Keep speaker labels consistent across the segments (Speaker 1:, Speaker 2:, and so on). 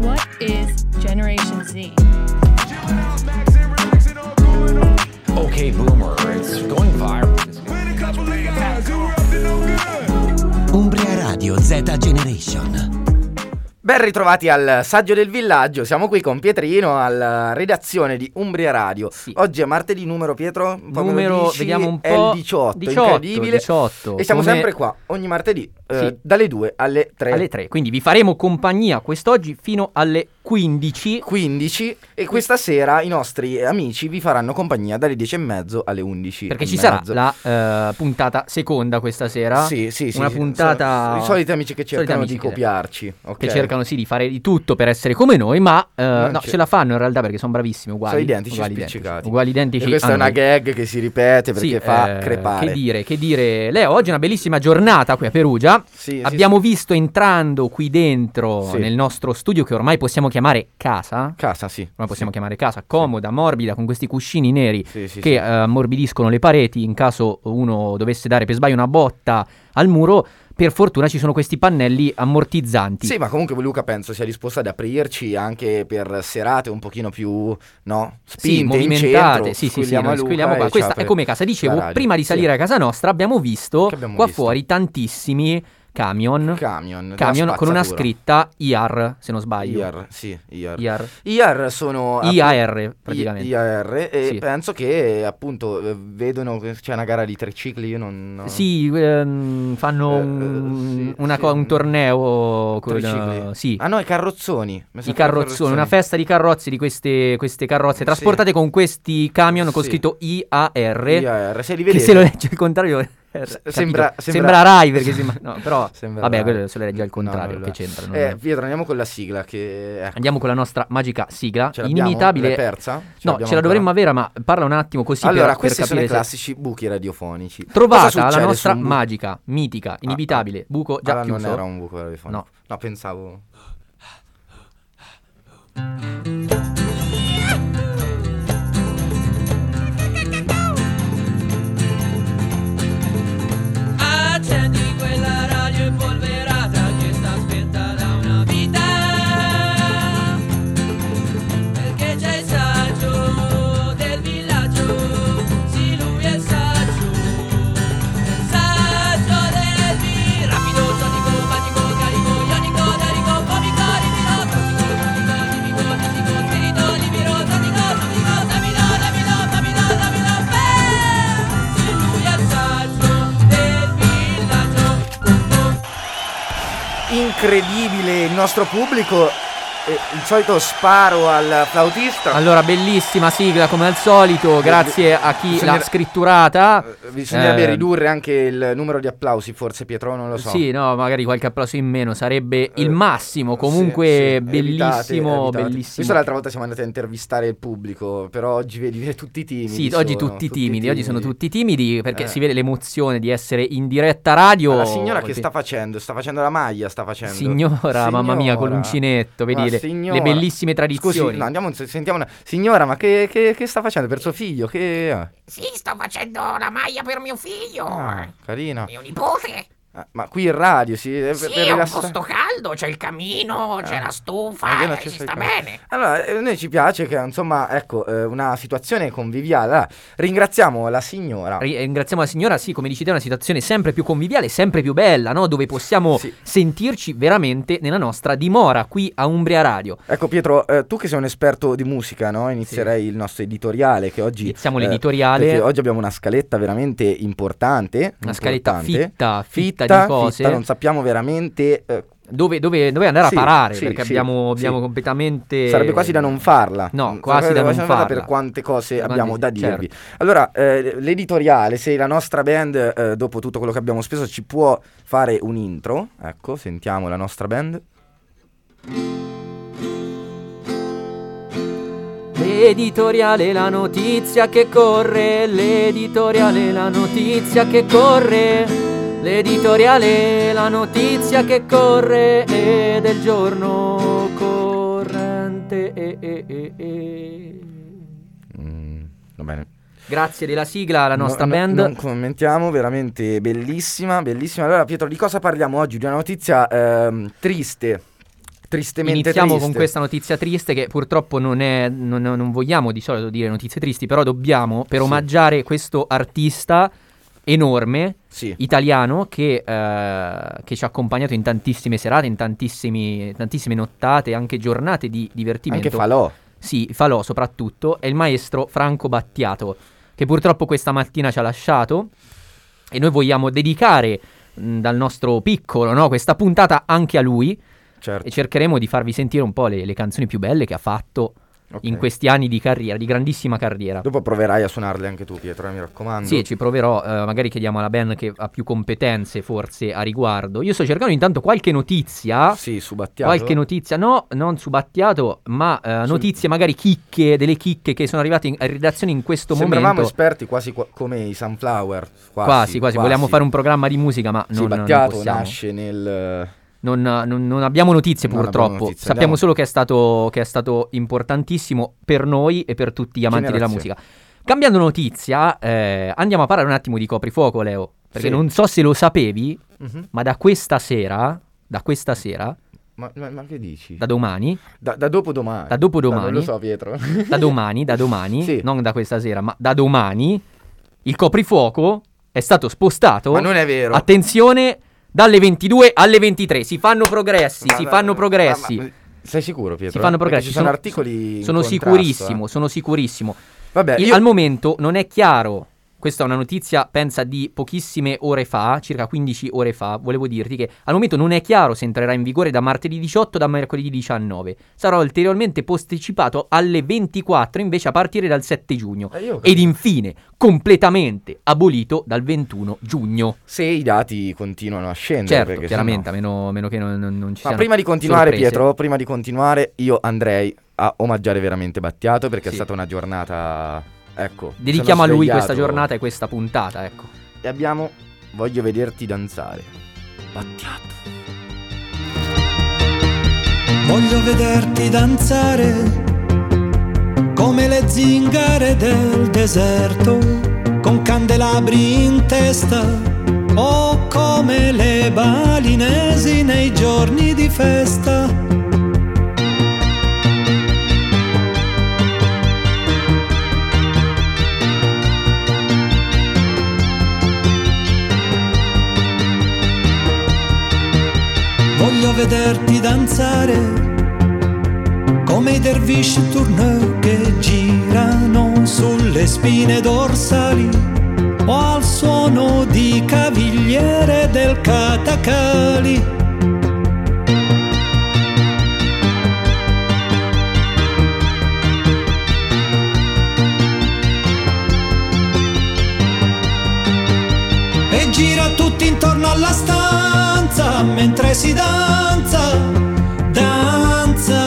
Speaker 1: What is Generation Z?
Speaker 2: Okay, boomer, it's going viral.
Speaker 3: Umbria Radio Z Generation.
Speaker 4: Ben ritrovati al Saggio del Villaggio, siamo qui con Pietrino alla redazione di Umbria Radio.
Speaker 5: Sì.
Speaker 4: Oggi è martedì, numero Pietro? Poi me lo
Speaker 5: Numero,
Speaker 4: dici,
Speaker 5: vediamo un po'.
Speaker 4: È il 18,
Speaker 5: 18,
Speaker 4: incredibile.
Speaker 5: 18,
Speaker 4: e siamo
Speaker 5: come-
Speaker 4: sempre qua, ogni martedì, eh,
Speaker 5: Sì.
Speaker 4: dalle 2 alle 3.
Speaker 5: Alle 3. Quindi vi faremo compagnia quest'oggi fino alle 15.
Speaker 4: 15 e questa sera i nostri amici vi faranno compagnia dalle 10 e mezzo alle 11
Speaker 5: Perché
Speaker 4: e
Speaker 5: ci sarà
Speaker 4: mezzo.
Speaker 5: la eh, puntata seconda questa sera.
Speaker 4: sì, sì, sì,
Speaker 5: una
Speaker 4: sì.
Speaker 5: puntata-
Speaker 4: So- I soliti amici che
Speaker 5: soliti
Speaker 4: cercano
Speaker 5: amici
Speaker 4: di
Speaker 5: che-
Speaker 4: copiarci ok?
Speaker 5: Che cercano sì di fare di tutto per essere come noi, ma eh,
Speaker 4: Non
Speaker 5: no,
Speaker 4: c'è.
Speaker 5: ce la fanno in realtà perché sono bravissimi, uguali.
Speaker 4: Sono identici
Speaker 5: uguali
Speaker 4: spiccicati.
Speaker 5: Uguali
Speaker 4: E
Speaker 5: identici.
Speaker 4: questa
Speaker 5: a
Speaker 4: è una
Speaker 5: noi.
Speaker 4: gag che si ripete perché
Speaker 5: Sì,
Speaker 4: fa
Speaker 5: eh,
Speaker 4: crepare.
Speaker 5: Che dire, che dire. Leo, oggi è una bellissima giornata qui a Perugia.
Speaker 4: Sì, sì,
Speaker 5: Abbiamo visto entrando qui dentro
Speaker 4: Sì.
Speaker 5: nel nostro studio che ormai possiamo chiamare casa.
Speaker 4: sì. casa, sì.
Speaker 5: Ormai possiamo chiamare casa, comoda, morbida, con questi cuscini neri
Speaker 4: Sì, sì,
Speaker 5: che
Speaker 4: sì.
Speaker 5: eh, ammorbidiscono le pareti in caso uno dovesse dare per sbaglio una botta al muro. Per fortuna ci sono questi pannelli ammortizzanti.
Speaker 4: Sì, ma comunque Luca penso sia disposto ad aprirci anche per serate un pochino più, no?
Speaker 5: Sì,
Speaker 4: Spinte in centro.
Speaker 5: movimentate, sì, sì, sì,
Speaker 4: Squilliamo
Speaker 5: noi
Speaker 4: a Luca
Speaker 5: squilliamo qua.
Speaker 4: e ci
Speaker 5: Questa
Speaker 4: apre
Speaker 5: è come casa,
Speaker 4: la
Speaker 5: dicevo,
Speaker 4: radio.
Speaker 5: prima di
Speaker 4: Sì.
Speaker 5: salire a casa nostra abbiamo visto
Speaker 4: Che abbiamo
Speaker 5: qua
Speaker 4: visto?
Speaker 5: fuori tantissimi camion,
Speaker 4: Camion. della
Speaker 5: camion con
Speaker 4: spazzatura.
Speaker 5: una scritta IR, se non sbaglio.
Speaker 4: IR, sì, IR.
Speaker 5: IR.
Speaker 4: IR sono
Speaker 5: IAR, praticamente.
Speaker 4: IAR e
Speaker 5: Sì.
Speaker 4: penso che appunto eh, vedono che c'è una gara di tricicli, io non no.
Speaker 5: Sì, ehm, fanno
Speaker 4: Eh,
Speaker 5: un,
Speaker 4: eh, sì,
Speaker 5: una
Speaker 4: sì.
Speaker 5: co- un torneo con
Speaker 4: Tricicli.
Speaker 5: sì,
Speaker 4: Ah no, i carrozzoni. Mi sa
Speaker 5: I
Speaker 4: che i
Speaker 5: carrozzoni, una festa di carrozze di queste, queste carrozze trasportate con questi camion con
Speaker 4: Sì.
Speaker 5: scritto IAR.
Speaker 4: IAR, se li
Speaker 5: eh? Che
Speaker 4: vedete.
Speaker 5: se lo legge al contrario
Speaker 4: S-
Speaker 5: capito?
Speaker 4: sembra,
Speaker 5: Rai perché sembra no, però
Speaker 4: Sembra
Speaker 5: vabbè,
Speaker 4: Rai.
Speaker 5: quello se lo legge al
Speaker 4: No, non
Speaker 5: contrario
Speaker 4: lo
Speaker 5: che
Speaker 4: è.
Speaker 5: c'entra. non-
Speaker 4: Eh, Pietro, andiamo con la sigla che ecco,
Speaker 5: Andiamo con la nostra magica sigla
Speaker 4: ce l'abbiamo? L'hai
Speaker 5: inimitabile.
Speaker 4: persa?
Speaker 5: No, ce la dovremmo avere, ma parla un attimo così per-
Speaker 4: Allora,
Speaker 5: per,
Speaker 4: questi sono
Speaker 5: capire
Speaker 4: i
Speaker 5: se-
Speaker 4: classici buchi radiofonici. Cosa
Speaker 5: Trovata
Speaker 4: succede
Speaker 5: la
Speaker 4: su
Speaker 5: nostra
Speaker 4: un bu-
Speaker 5: magica, mitica, inimitabile, buco già
Speaker 4: Ah,
Speaker 5: chiuso.
Speaker 4: non era un buco radiofonico.
Speaker 5: No.
Speaker 4: pensavo.
Speaker 6: Accendi quella radio impolverata che sta spenta da una vita Perché c'è il saggio del villaggio Sì lui è il saggio Il saggio del vi Rapido, tonico, patico, carico, ionico, darico, comico, ripido Cotico, cotico, tipico, tipico, spirito, libero, tonico, tonico Davido, davido, davido, davido, beh Sì lui è il saggio del villaggio Oh, oh.
Speaker 4: Incredibile il nostro pubblico. eh, il solito sparo al flautista.
Speaker 5: Allora, bellissima sigla come al solito, grazie a chi
Speaker 4: Bisognerà-
Speaker 5: l'ha scritturata.
Speaker 4: Eh, Bisognerebbe
Speaker 5: Eh,
Speaker 4: ridurre anche il numero di applausi, forse Pietro, non lo so.
Speaker 5: Sì, no, magari qualche applauso in meno sarebbe
Speaker 4: Eh,
Speaker 5: il massimo. Comunque,
Speaker 4: sì, sì,
Speaker 5: bellissimo,
Speaker 4: evitate, evitate.
Speaker 5: bellissimo.
Speaker 4: Visto l'altra volta siamo andati a intervistare il pubblico, però oggi vedi vedi, tutti timidi.
Speaker 5: Sì, oggi
Speaker 4: sono,
Speaker 5: tutti timidi, oggi sono tutti timidi perché
Speaker 4: Eh.
Speaker 5: si vede l'emozione di essere in diretta radio.
Speaker 4: La signora che
Speaker 5: Così.
Speaker 4: sta facendo? Sta facendo la maglia, sta facendo.
Speaker 5: Signora, mamma mia, con
Speaker 4: Signora.
Speaker 5: l'uncinetto, vedi
Speaker 4: Ma
Speaker 5: le,
Speaker 4: signora.
Speaker 5: le bellissime tradizioni.
Speaker 4: Scusi, no, andiamo, se- sentiamo una... Signora, ma che, che- che sta facendo per suo figlio? Che...
Speaker 7: Sì, sto facendo la maglia per mio figlio.
Speaker 4: Ah, carina.
Speaker 7: Mio nipote.
Speaker 4: Ah, Ma qui in radio, sì, è per,
Speaker 7: Sì,
Speaker 4: per
Speaker 7: è un
Speaker 4: rilassa-
Speaker 7: posto caldo, c'è il camino, c'è la
Speaker 4: Ma che
Speaker 7: stufa,
Speaker 4: non
Speaker 7: eh,
Speaker 4: ci
Speaker 7: si
Speaker 4: sei
Speaker 7: sta
Speaker 4: capace.
Speaker 7: bene.
Speaker 4: Allora, eh, noi ci piace che, insomma, ecco, eh, una situazione conviviale. Allora, ringraziamo la signora.
Speaker 5: Ri- Ringraziamo la signora, sì, come dici te, è una situazione sempre più conviviale, sempre più bella, no? Dove possiamo
Speaker 4: Sì.
Speaker 5: sentirci veramente nella nostra dimora qui a Umbria Radio.
Speaker 4: Ecco Pietro, eh, tu che sei un esperto di musica, no? inizierei il nostro editoriale che oggi...
Speaker 5: Iniziamo
Speaker 4: eh,
Speaker 5: l'editoriale.
Speaker 4: perché oggi abbiamo una scaletta veramente importante.
Speaker 5: Una scaletta
Speaker 4: importante.
Speaker 5: fitta, fitta,
Speaker 4: Fitta,
Speaker 5: di cose.
Speaker 4: fitta, non sappiamo veramente... eh,
Speaker 5: Dove, dove- dove andare
Speaker 4: Sì,
Speaker 5: a parare?
Speaker 4: sì,
Speaker 5: perché
Speaker 4: sì,
Speaker 5: abbiamo, abbiamo
Speaker 4: sì.
Speaker 5: completamente.
Speaker 4: Sarebbe quasi da non farla.
Speaker 5: No,
Speaker 4: Mm,
Speaker 5: quasi
Speaker 4: sarebbe
Speaker 5: da non
Speaker 4: quasi
Speaker 5: farla.
Speaker 4: per quante cose
Speaker 5: Quanti-
Speaker 4: abbiamo da
Speaker 5: certo.
Speaker 4: dirvi. Allora, eh, l'editoriale, se la nostra band, eh, dopo tutto quello che abbiamo speso, ci può fare un intro. Ecco, sentiamo la nostra band.
Speaker 5: L'editoriale, la notizia che corre. L'editoriale, la notizia che corre. L'editoriale, la notizia che corre. E del giorno corrente. eh, eh, eh, eh.
Speaker 4: Mm, va bene.
Speaker 5: Grazie della sigla alla
Speaker 4: No,
Speaker 5: nostra
Speaker 4: no,
Speaker 5: band.
Speaker 4: Non commentiamo, veramente bellissima, bellissima. Allora, Pietro, di cosa parliamo oggi? Di una notizia ehm, triste. tristemente
Speaker 5: Iniziamo
Speaker 4: triste.
Speaker 5: con questa notizia triste che purtroppo non è non, non- non vogliamo di solito dire notizie tristi, però dobbiamo per
Speaker 4: Sì.
Speaker 5: omaggiare questo artista enorme
Speaker 4: Sì.
Speaker 5: italiano che, eh, che ci ha accompagnato in tantissime serate, in tantissimi- tantissime nottate, anche giornate di divertimento.
Speaker 4: Anche Falò.
Speaker 5: Sì, falò soprattutto, è il maestro Franco Battiato, che purtroppo questa mattina ci ha lasciato e noi vogliamo dedicare mh, dal nostro piccolo no, questa puntata anche a lui
Speaker 4: Certo.
Speaker 5: e cercheremo di farvi sentire un po' le, le canzoni più belle che ha fatto
Speaker 4: Ok.
Speaker 5: in questi anni di carriera, di grandissima carriera.
Speaker 4: Dopo proverai a suonarle anche tu, Pietro, eh, mi raccomando.
Speaker 5: Sì, ci proverò, eh, magari chiediamo alla band che ha più competenze forse a riguardo. Io sto cercando intanto qualche notizia
Speaker 4: Sì, su Battiato.
Speaker 5: Qualche notizia, no, non su Battiato, ma eh,
Speaker 4: Sul-
Speaker 5: notizie magari chicche, delle chicche che sono arrivate in, in redazione in questo
Speaker 4: Sembravamo
Speaker 5: momento.
Speaker 4: esperti quasi qua- come i Sunflower. Quasi,
Speaker 5: quasi, quasi, vogliamo fare un programma di musica, ma
Speaker 4: Sì,
Speaker 5: non, non
Speaker 4: Battiato
Speaker 5: possiamo.
Speaker 4: nasce nel...
Speaker 5: Non, non- non abbiamo notizie
Speaker 4: Non
Speaker 5: purtroppo.
Speaker 4: abbiamo notizie,
Speaker 5: Sappiamo
Speaker 4: andiamo.
Speaker 5: solo che è, stato, che è stato importantissimo per noi e per tutti gli amanti della
Speaker 4: Generazione.
Speaker 5: musica. Cambiando notizia, eh, andiamo a parlare un attimo di coprifuoco, Leo. Perché
Speaker 4: Sì.
Speaker 5: non so se lo sapevi,
Speaker 4: Mhm.
Speaker 5: ma da questa sera, da questa sera,
Speaker 4: Ma, ma- ma che dici?
Speaker 5: da domani,
Speaker 4: Da, da dopodomani.
Speaker 5: Da dopodomani.
Speaker 4: Non lo so, Pietro.
Speaker 5: da domani, da domani,
Speaker 4: Sì.
Speaker 5: non da questa sera, ma da domani il coprifuoco è stato spostato.
Speaker 4: Ma non è vero.
Speaker 5: Attenzione, dalle 22 alle 23. Si fanno progressi,
Speaker 4: Ma-
Speaker 5: si
Speaker 4: ma-
Speaker 5: fanno
Speaker 4: ma-
Speaker 5: progressi.
Speaker 4: ma- ma- sei sicuro, Pietro?
Speaker 5: si fanno
Speaker 4: Perché
Speaker 5: progressi.
Speaker 4: Ci sono, articoli. in
Speaker 5: Sono
Speaker 4: contrasto,
Speaker 5: sicurissimo,
Speaker 4: eh.
Speaker 5: sono sicurissimo.
Speaker 4: Vabbè,
Speaker 5: Il-
Speaker 4: io-
Speaker 5: Al momento non è chiaro. Questa è una notizia, pensa, di pochissime ore fa, circa 15 ore fa. Volevo dirti che al momento non è chiaro se entrerà in vigore da martedì 18 o da mercoledì 19. Sarà ulteriormente posticipato alle 24 invece a partire dal 7 giugno.
Speaker 4: Eh, io ho
Speaker 5: Ed
Speaker 4: capito.
Speaker 5: infine, completamente abolito dal 21 giugno.
Speaker 4: Se i dati continuano a scendere.
Speaker 5: Certo,
Speaker 4: perché
Speaker 5: chiaramente,
Speaker 4: sennò-
Speaker 5: a meno, a meno che non, non- non ci
Speaker 4: Ma
Speaker 5: siano
Speaker 4: prima di continuare,
Speaker 5: sorprese.
Speaker 4: Pietro, prima di continuare, io andrei a omaggiare veramente Battiato perché è
Speaker 5: Sì.
Speaker 4: stata una giornata. Ecco.
Speaker 5: Dedichiamo a
Speaker 4: sono
Speaker 5: lui
Speaker 4: svegliato
Speaker 5: questa giornata e questa puntata, ecco.
Speaker 4: E abbiamo Voglio vederti danzare. Battiato.
Speaker 8: Voglio vederti danzare come le zingare del deserto, con candelabri in testa o come le balinesi nei giorni di festa. Voglio vederti danzare come i dervisci tourneur che girano sulle spine dorsali o al suono di cavigliere del catacali. e gira tutti intorno alla stanza mentre si danza, danza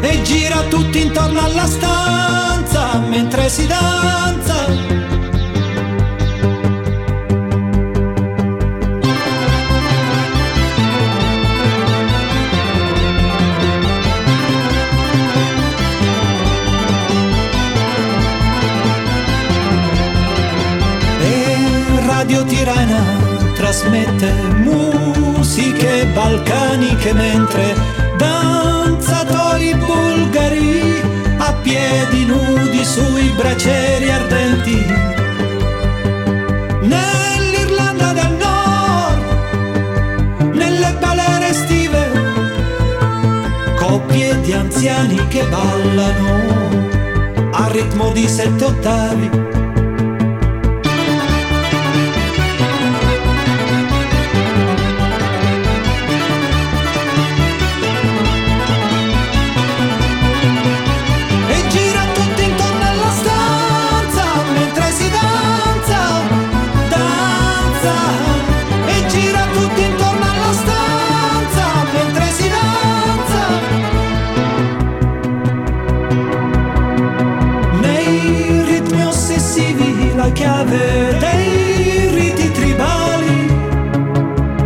Speaker 8: e gira tutti intorno alla stanza mentre si danza. E Radio Tirana trasmette musiche balcaniche mentre danzatori bulgari a piedi nudi sui bracieri ardenti. Nell'Irlanda del Nord, nelle balere estive, coppie di anziani che ballano a ritmo di sette ottavi. e gira tutti intorno alla stanza mentre si danza, danza e gira tutti intorno alla stanza mentre si danza. Nei ritmi ossessivi la chiave dei riti tribali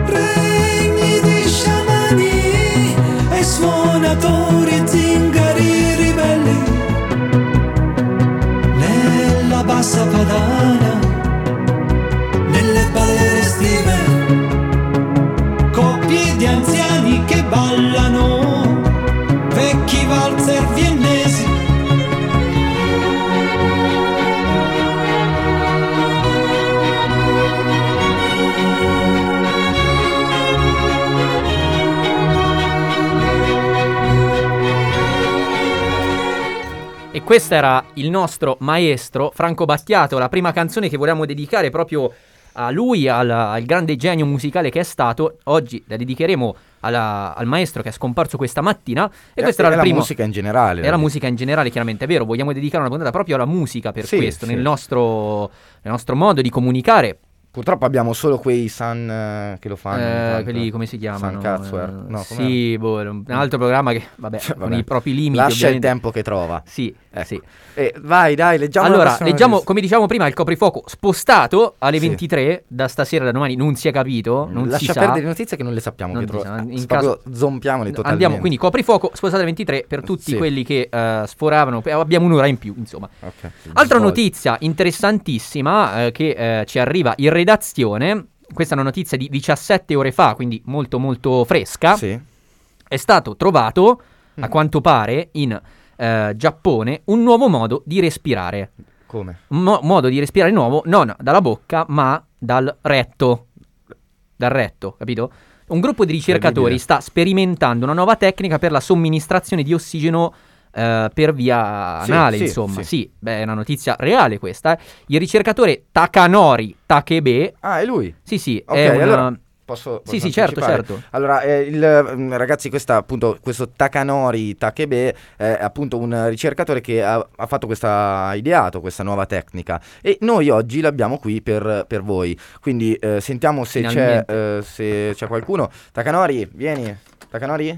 Speaker 8: regni di sciamani e suonatori zingari ribelli nella bassa padana nelle balere estive coppie di anziani che ballano Becchi valzer viennesi
Speaker 5: E questo era il nostro maestro Franco Battiato, la prima canzone che volevamo dedicare proprio a lui, al, al grande genio musicale che è stato. Oggi la dedicheremo alla- al maestro che è scomparso questa mattina. E,
Speaker 4: E-
Speaker 5: questa
Speaker 4: e
Speaker 5: era la
Speaker 4: la
Speaker 5: prima.
Speaker 4: musica in generale.
Speaker 5: E la musica in generale, chiaramente, è vero, vogliamo dedicare una puntata proprio alla musica per
Speaker 4: Sì,
Speaker 5: questo,
Speaker 4: sì.
Speaker 5: Nel, nostro, nel nostro modo di comunicare.
Speaker 4: Purtroppo abbiamo solo quei San eh, che lo fanno. ogni
Speaker 5: Eh,
Speaker 4: tanto.
Speaker 5: quelli come si chiamano?
Speaker 4: San Cazzware.
Speaker 5: Eh,
Speaker 4: No, com'era?
Speaker 5: sì, boh, era un un altro programma che, vabbè,
Speaker 4: Cioè,
Speaker 5: con
Speaker 4: vabbè.
Speaker 5: i propri limiti.
Speaker 4: Lascia il
Speaker 5: ovviamente.
Speaker 4: tempo che trova.
Speaker 5: Sì,
Speaker 4: Ecco.
Speaker 5: sì.
Speaker 4: Eh, vai, dai, leggiamo. la
Speaker 5: allora,
Speaker 4: prossima
Speaker 5: leggiamo,
Speaker 4: notizia.
Speaker 5: come diciamo prima, il coprifuoco spostato alle
Speaker 4: Sì.
Speaker 5: 23, da stasera, da domani, non si è capito, non
Speaker 4: Lascia
Speaker 5: si sa.
Speaker 4: perdere le notizie che non le sappiamo.
Speaker 5: Non
Speaker 4: che
Speaker 5: si
Speaker 4: trova-
Speaker 5: sa, in
Speaker 4: s- proprio
Speaker 5: caso-
Speaker 4: zompiamole totalmente.
Speaker 5: Andiamo, quindi coprifuoco spostato alle 23 per tutti
Speaker 4: Sì.
Speaker 5: quelli che eh, sforavano, eh, abbiamo un'ora in più, insomma.
Speaker 4: Ok.
Speaker 5: Altra
Speaker 4: Poi-
Speaker 5: notizia interessantissima eh, che eh, ci arriva in redazione, questa è una notizia di 17 ore fa, quindi molto molto fresca,
Speaker 4: Sì.
Speaker 5: è stato trovato, a
Speaker 4: Mm.
Speaker 5: quanto pare, in eh, Giappone un nuovo modo di respirare.
Speaker 4: Come?
Speaker 5: Un mo- modo di respirare nuovo non dalla bocca ma dal retto. Dal retto, capito? Un gruppo di ricercatori
Speaker 4: Incredibile.
Speaker 5: sta sperimentando una nuova tecnica per la somministrazione di ossigeno eh, per via
Speaker 4: Sì,
Speaker 5: anale,
Speaker 4: sì,
Speaker 5: insomma.
Speaker 4: sì.
Speaker 5: Sì. beh, è una notizia reale questa. eh. Il ricercatore Takanori Takebe,
Speaker 4: Ah, è lui.
Speaker 5: sì sì,
Speaker 4: Ok,
Speaker 5: è una-
Speaker 4: allora posso,
Speaker 5: Sì,
Speaker 4: posso
Speaker 5: sì, certo,
Speaker 4: anticipare?
Speaker 5: certo.
Speaker 4: Allora, eh, il, mm, ragazzi, questa, appunto, questo Takanori Takebe è appunto un ricercatore che ha, ha fatto questa, ha ideato questa nuova tecnica e noi oggi l'abbiamo qui per, per voi. Quindi eh, sentiamo se c'è,
Speaker 5: Finalmente.
Speaker 4: eh, se c'è qualcuno. Takanori, vieni. Takanori?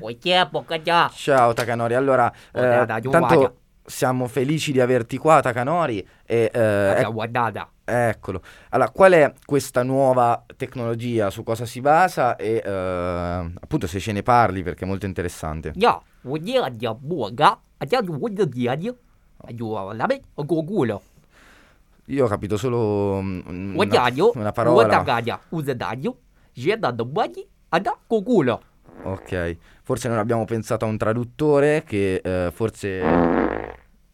Speaker 4: Ciao Takanori, allora eh,
Speaker 5: Guarda, dai, guarda.
Speaker 4: tanto siamo felici di averti qua Takanori e eh, ecco- Eccolo. Allora, qual è questa nuova tecnologia? Su cosa si basa? E eh, appunto se ce ne parli perché è molto interessante. Io ho capito solo mm, una, una parola. Ok. Forse non abbiamo pensato a un traduttore che eh, forse...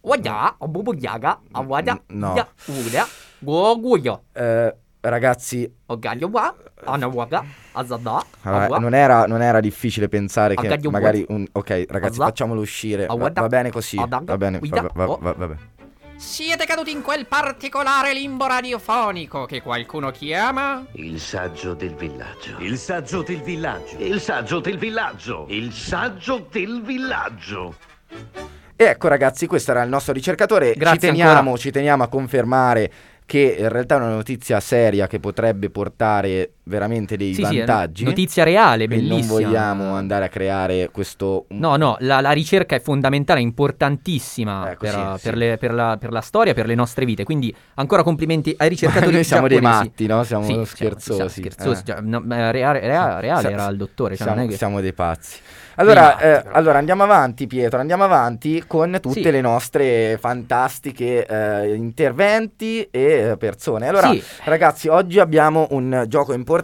Speaker 5: Guarda, a bubu yaga, a guarda,
Speaker 4: Mm. No.
Speaker 5: ya, uda, goguyo,
Speaker 4: eh, ragazzi,
Speaker 5: a gaglio wa, a na waga, a zada, a
Speaker 4: allora,
Speaker 5: wa,
Speaker 4: non, era, non era difficile pensare che
Speaker 5: Agaglio
Speaker 4: magari...
Speaker 5: vuoto.
Speaker 4: Un, ok, ragazzi,
Speaker 5: Azza.
Speaker 4: facciamolo uscire. Va,
Speaker 5: Aguarda.
Speaker 4: va bene così.
Speaker 5: Adaga.
Speaker 4: Va bene. Va,
Speaker 5: Guida.
Speaker 4: va- va-
Speaker 5: Oh.
Speaker 4: va- vabbè.
Speaker 9: Siete caduti in quel particolare limbo radiofonico che qualcuno chiama?
Speaker 10: Il saggio del villaggio. Il saggio del villaggio. Il saggio del villaggio. Il saggio del villaggio.
Speaker 4: E ecco ragazzi, questo era il nostro ricercatore.
Speaker 5: Grazie
Speaker 4: ci, teniamo,
Speaker 5: ancora.
Speaker 4: ci teniamo a confermare che in realtà è una notizia seria che potrebbe portare veramente dei
Speaker 5: Sì, sì, è
Speaker 4: vantaggi.
Speaker 5: notizia reale,
Speaker 4: Quindi
Speaker 5: bellissima.
Speaker 4: Non vogliamo andare a creare questo...
Speaker 5: No, no, la, la ricerca è fondamentale, importantissima
Speaker 4: Ecco,
Speaker 5: per,
Speaker 4: sì,
Speaker 5: per
Speaker 4: sì.
Speaker 5: le- per la, per la storia, per le nostre vite. Quindi ancora complimenti ai ricercatori
Speaker 4: Noi siamo dei
Speaker 5: giapponesi.
Speaker 4: matti, no? Siamo
Speaker 5: Sì, siamo-
Speaker 4: scherzosi.
Speaker 5: siamo scherzosi,
Speaker 4: Eh.
Speaker 5: già- no, ma reale, rea- reale
Speaker 4: Sa-
Speaker 5: era il dottore. Cioè
Speaker 4: siamo,
Speaker 5: non è che...
Speaker 4: siamo dei pazzi. Allora,
Speaker 5: Dei matti,
Speaker 4: eh, allora, andiamo avanti, Pietro. Andiamo avanti con tutte
Speaker 5: Sì.
Speaker 4: le nostre fantastiche eh, interventi e eh, persone. Allora,
Speaker 5: Sì.
Speaker 4: ragazzi, oggi abbiamo un gioco importante.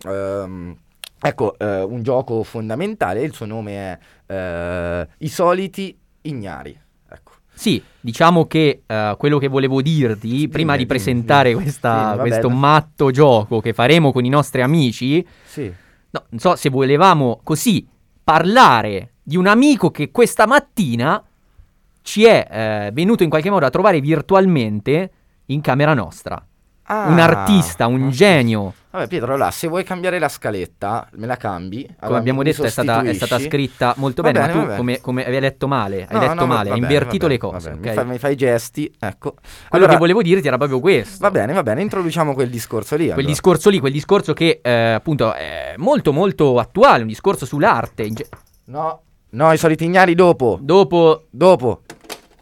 Speaker 4: ehm, ecco, eh, un gioco fondamentale. Il suo nome è eh, I soliti ignari. Ecco.
Speaker 5: Sì, diciamo che eh, quello che volevo dirti prima di
Speaker 4: dimmi,
Speaker 5: presentare
Speaker 4: dimmi.
Speaker 5: questa-
Speaker 4: Sì, vabbè,
Speaker 5: questo
Speaker 4: no.
Speaker 5: matto gioco che faremo con i nostri amici,
Speaker 4: Sì.
Speaker 5: no, non so se volevamo così parlare di un amico che questa mattina ci è eh, venuto in qualche modo a trovare virtualmente in camera nostra. un artista, un genio.
Speaker 4: Ah. Mm. Vabbè, Pietro, allora, se vuoi cambiare la scaletta, me la cambi.
Speaker 5: Come abbiamo detto è stata, è stata scritta molto bene, ma tu come, come avevi letto male, hai letto male, hai invertito le cose. ok?
Speaker 4: Mi, fai, mi fai i gesti, ecco.
Speaker 5: Quello
Speaker 4: Allora,
Speaker 5: che volevo dirti era proprio questo.
Speaker 4: Va bene, va bene, introduciamo quel discorso lì.
Speaker 5: Quel
Speaker 4: allora.
Speaker 5: discorso lì, quel discorso che eh, appunto è molto molto attuale, un discorso sull'arte. in ge-
Speaker 4: No, no, i soliti ignari dopo.
Speaker 5: Dopo...
Speaker 4: Dopo.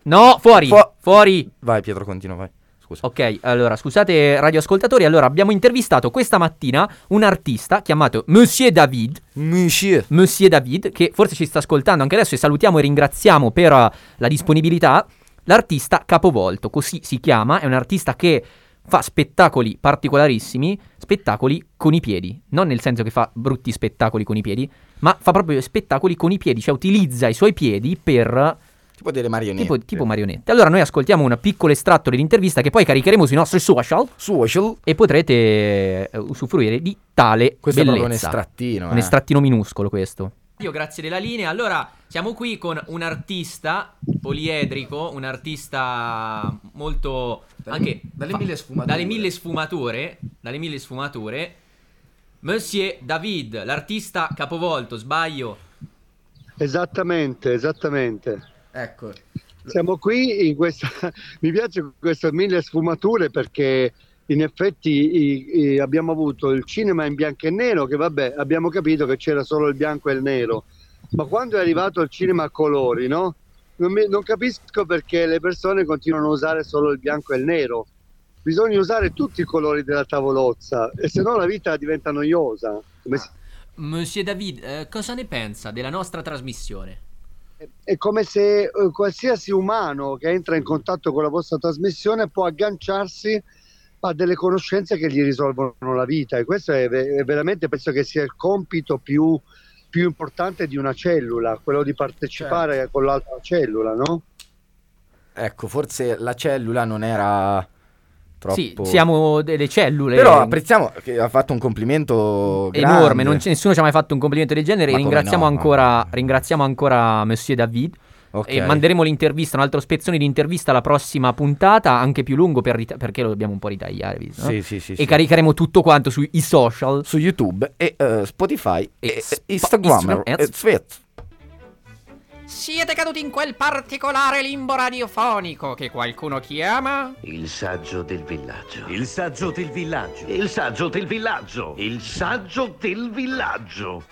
Speaker 5: No, fuori!
Speaker 4: Fu-
Speaker 5: fuori!
Speaker 4: Vai Pietro, continua, vai. Scusa.
Speaker 5: Ok, allora scusate radioascoltatori, allora abbiamo intervistato questa mattina un artista chiamato Monsieur David,
Speaker 4: Monsieur.
Speaker 5: Monsieur David, che forse ci sta ascoltando anche adesso e salutiamo e ringraziamo per eh, la disponibilità. L'artista Capovolto, così si chiama, è un artista che fa spettacoli particolarissimi, spettacoli con i piedi. Non nel senso che fa brutti spettacoli con i piedi, ma fa proprio spettacoli con i piedi, cioè utilizza i suoi piedi per
Speaker 4: Tipo delle marionette.
Speaker 5: tipo, tipo marionette. Allora noi ascoltiamo un piccolo estratto dell'intervista che poi caricheremo sui nostri social
Speaker 4: Social.
Speaker 5: e potrete eh, usufruire di tale
Speaker 4: Questo è proprio un
Speaker 5: bellezza.
Speaker 4: estrattino.
Speaker 5: Un
Speaker 4: eh.
Speaker 5: estrattino minuscolo questo. Io grazie della linea. Allora, siamo qui con un artista poliedrico, un artista molto
Speaker 4: Dalle-
Speaker 5: anche
Speaker 4: dalle mille sfumature.
Speaker 5: dalle mille sfumature, dalle mille sfumature. Monsieur David, l'artista capovolto, sbaglio.
Speaker 11: Esattamente, esattamente.
Speaker 4: Ecco.
Speaker 11: Siamo qui in questa. Mi piace queste mille sfumature perché in effetti i- i- abbiamo avuto il cinema in bianco e nero, che vabbè, abbiamo capito che c'era solo il bianco e il nero. Ma quando è arrivato il cinema a colori, no? Non, mi- non capisco perché le persone continuano a usare solo il bianco e il nero. Bisogna usare tutti i colori della tavolozza, e se no la vita diventa noiosa. Come si-
Speaker 5: Monsieur David, eh, cosa ne pensa della nostra trasmissione?
Speaker 11: è come se eh, qualsiasi umano che entra in contatto con la vostra trasmissione può agganciarsi a delle conoscenze che gli risolvono la vita e questo è, ve- è veramente penso che sia il compito più, più importante di una cellula, quello di partecipare con l'altra cellula, no?
Speaker 4: Ecco, forse la cellula non era troppo...
Speaker 5: Sì, siamo delle cellule.
Speaker 4: Però apprezziamo che ha fatto un complimento grande.
Speaker 5: enorme, non c'è- nessuno ci ha mai fatto un complimento del genere.
Speaker 4: Ma come
Speaker 5: Ringraziamo,
Speaker 4: no,
Speaker 5: ancora,
Speaker 4: mamma mia.
Speaker 5: ringraziamo ancora Monsieur David.
Speaker 4: Ok.
Speaker 5: E manderemo l'intervista, un altro spezzone di intervista alla prossima puntata, anche più lungo per rita- perché lo dobbiamo un po' ritagliare. visto, no?
Speaker 4: Sì, sì, sì.
Speaker 5: e
Speaker 4: sì.
Speaker 5: caricheremo tutto quanto sui i social.
Speaker 4: Su YouTube e eh, Spotify e,
Speaker 5: E Sp-
Speaker 4: Instagram.
Speaker 5: Instagram,
Speaker 4: e Twitter.
Speaker 9: Siete caduti in quel particolare limbo radiofonico che qualcuno chiama?
Speaker 10: Il saggio del villaggio. Il saggio del villaggio. Il saggio del villaggio. Il saggio del villaggio.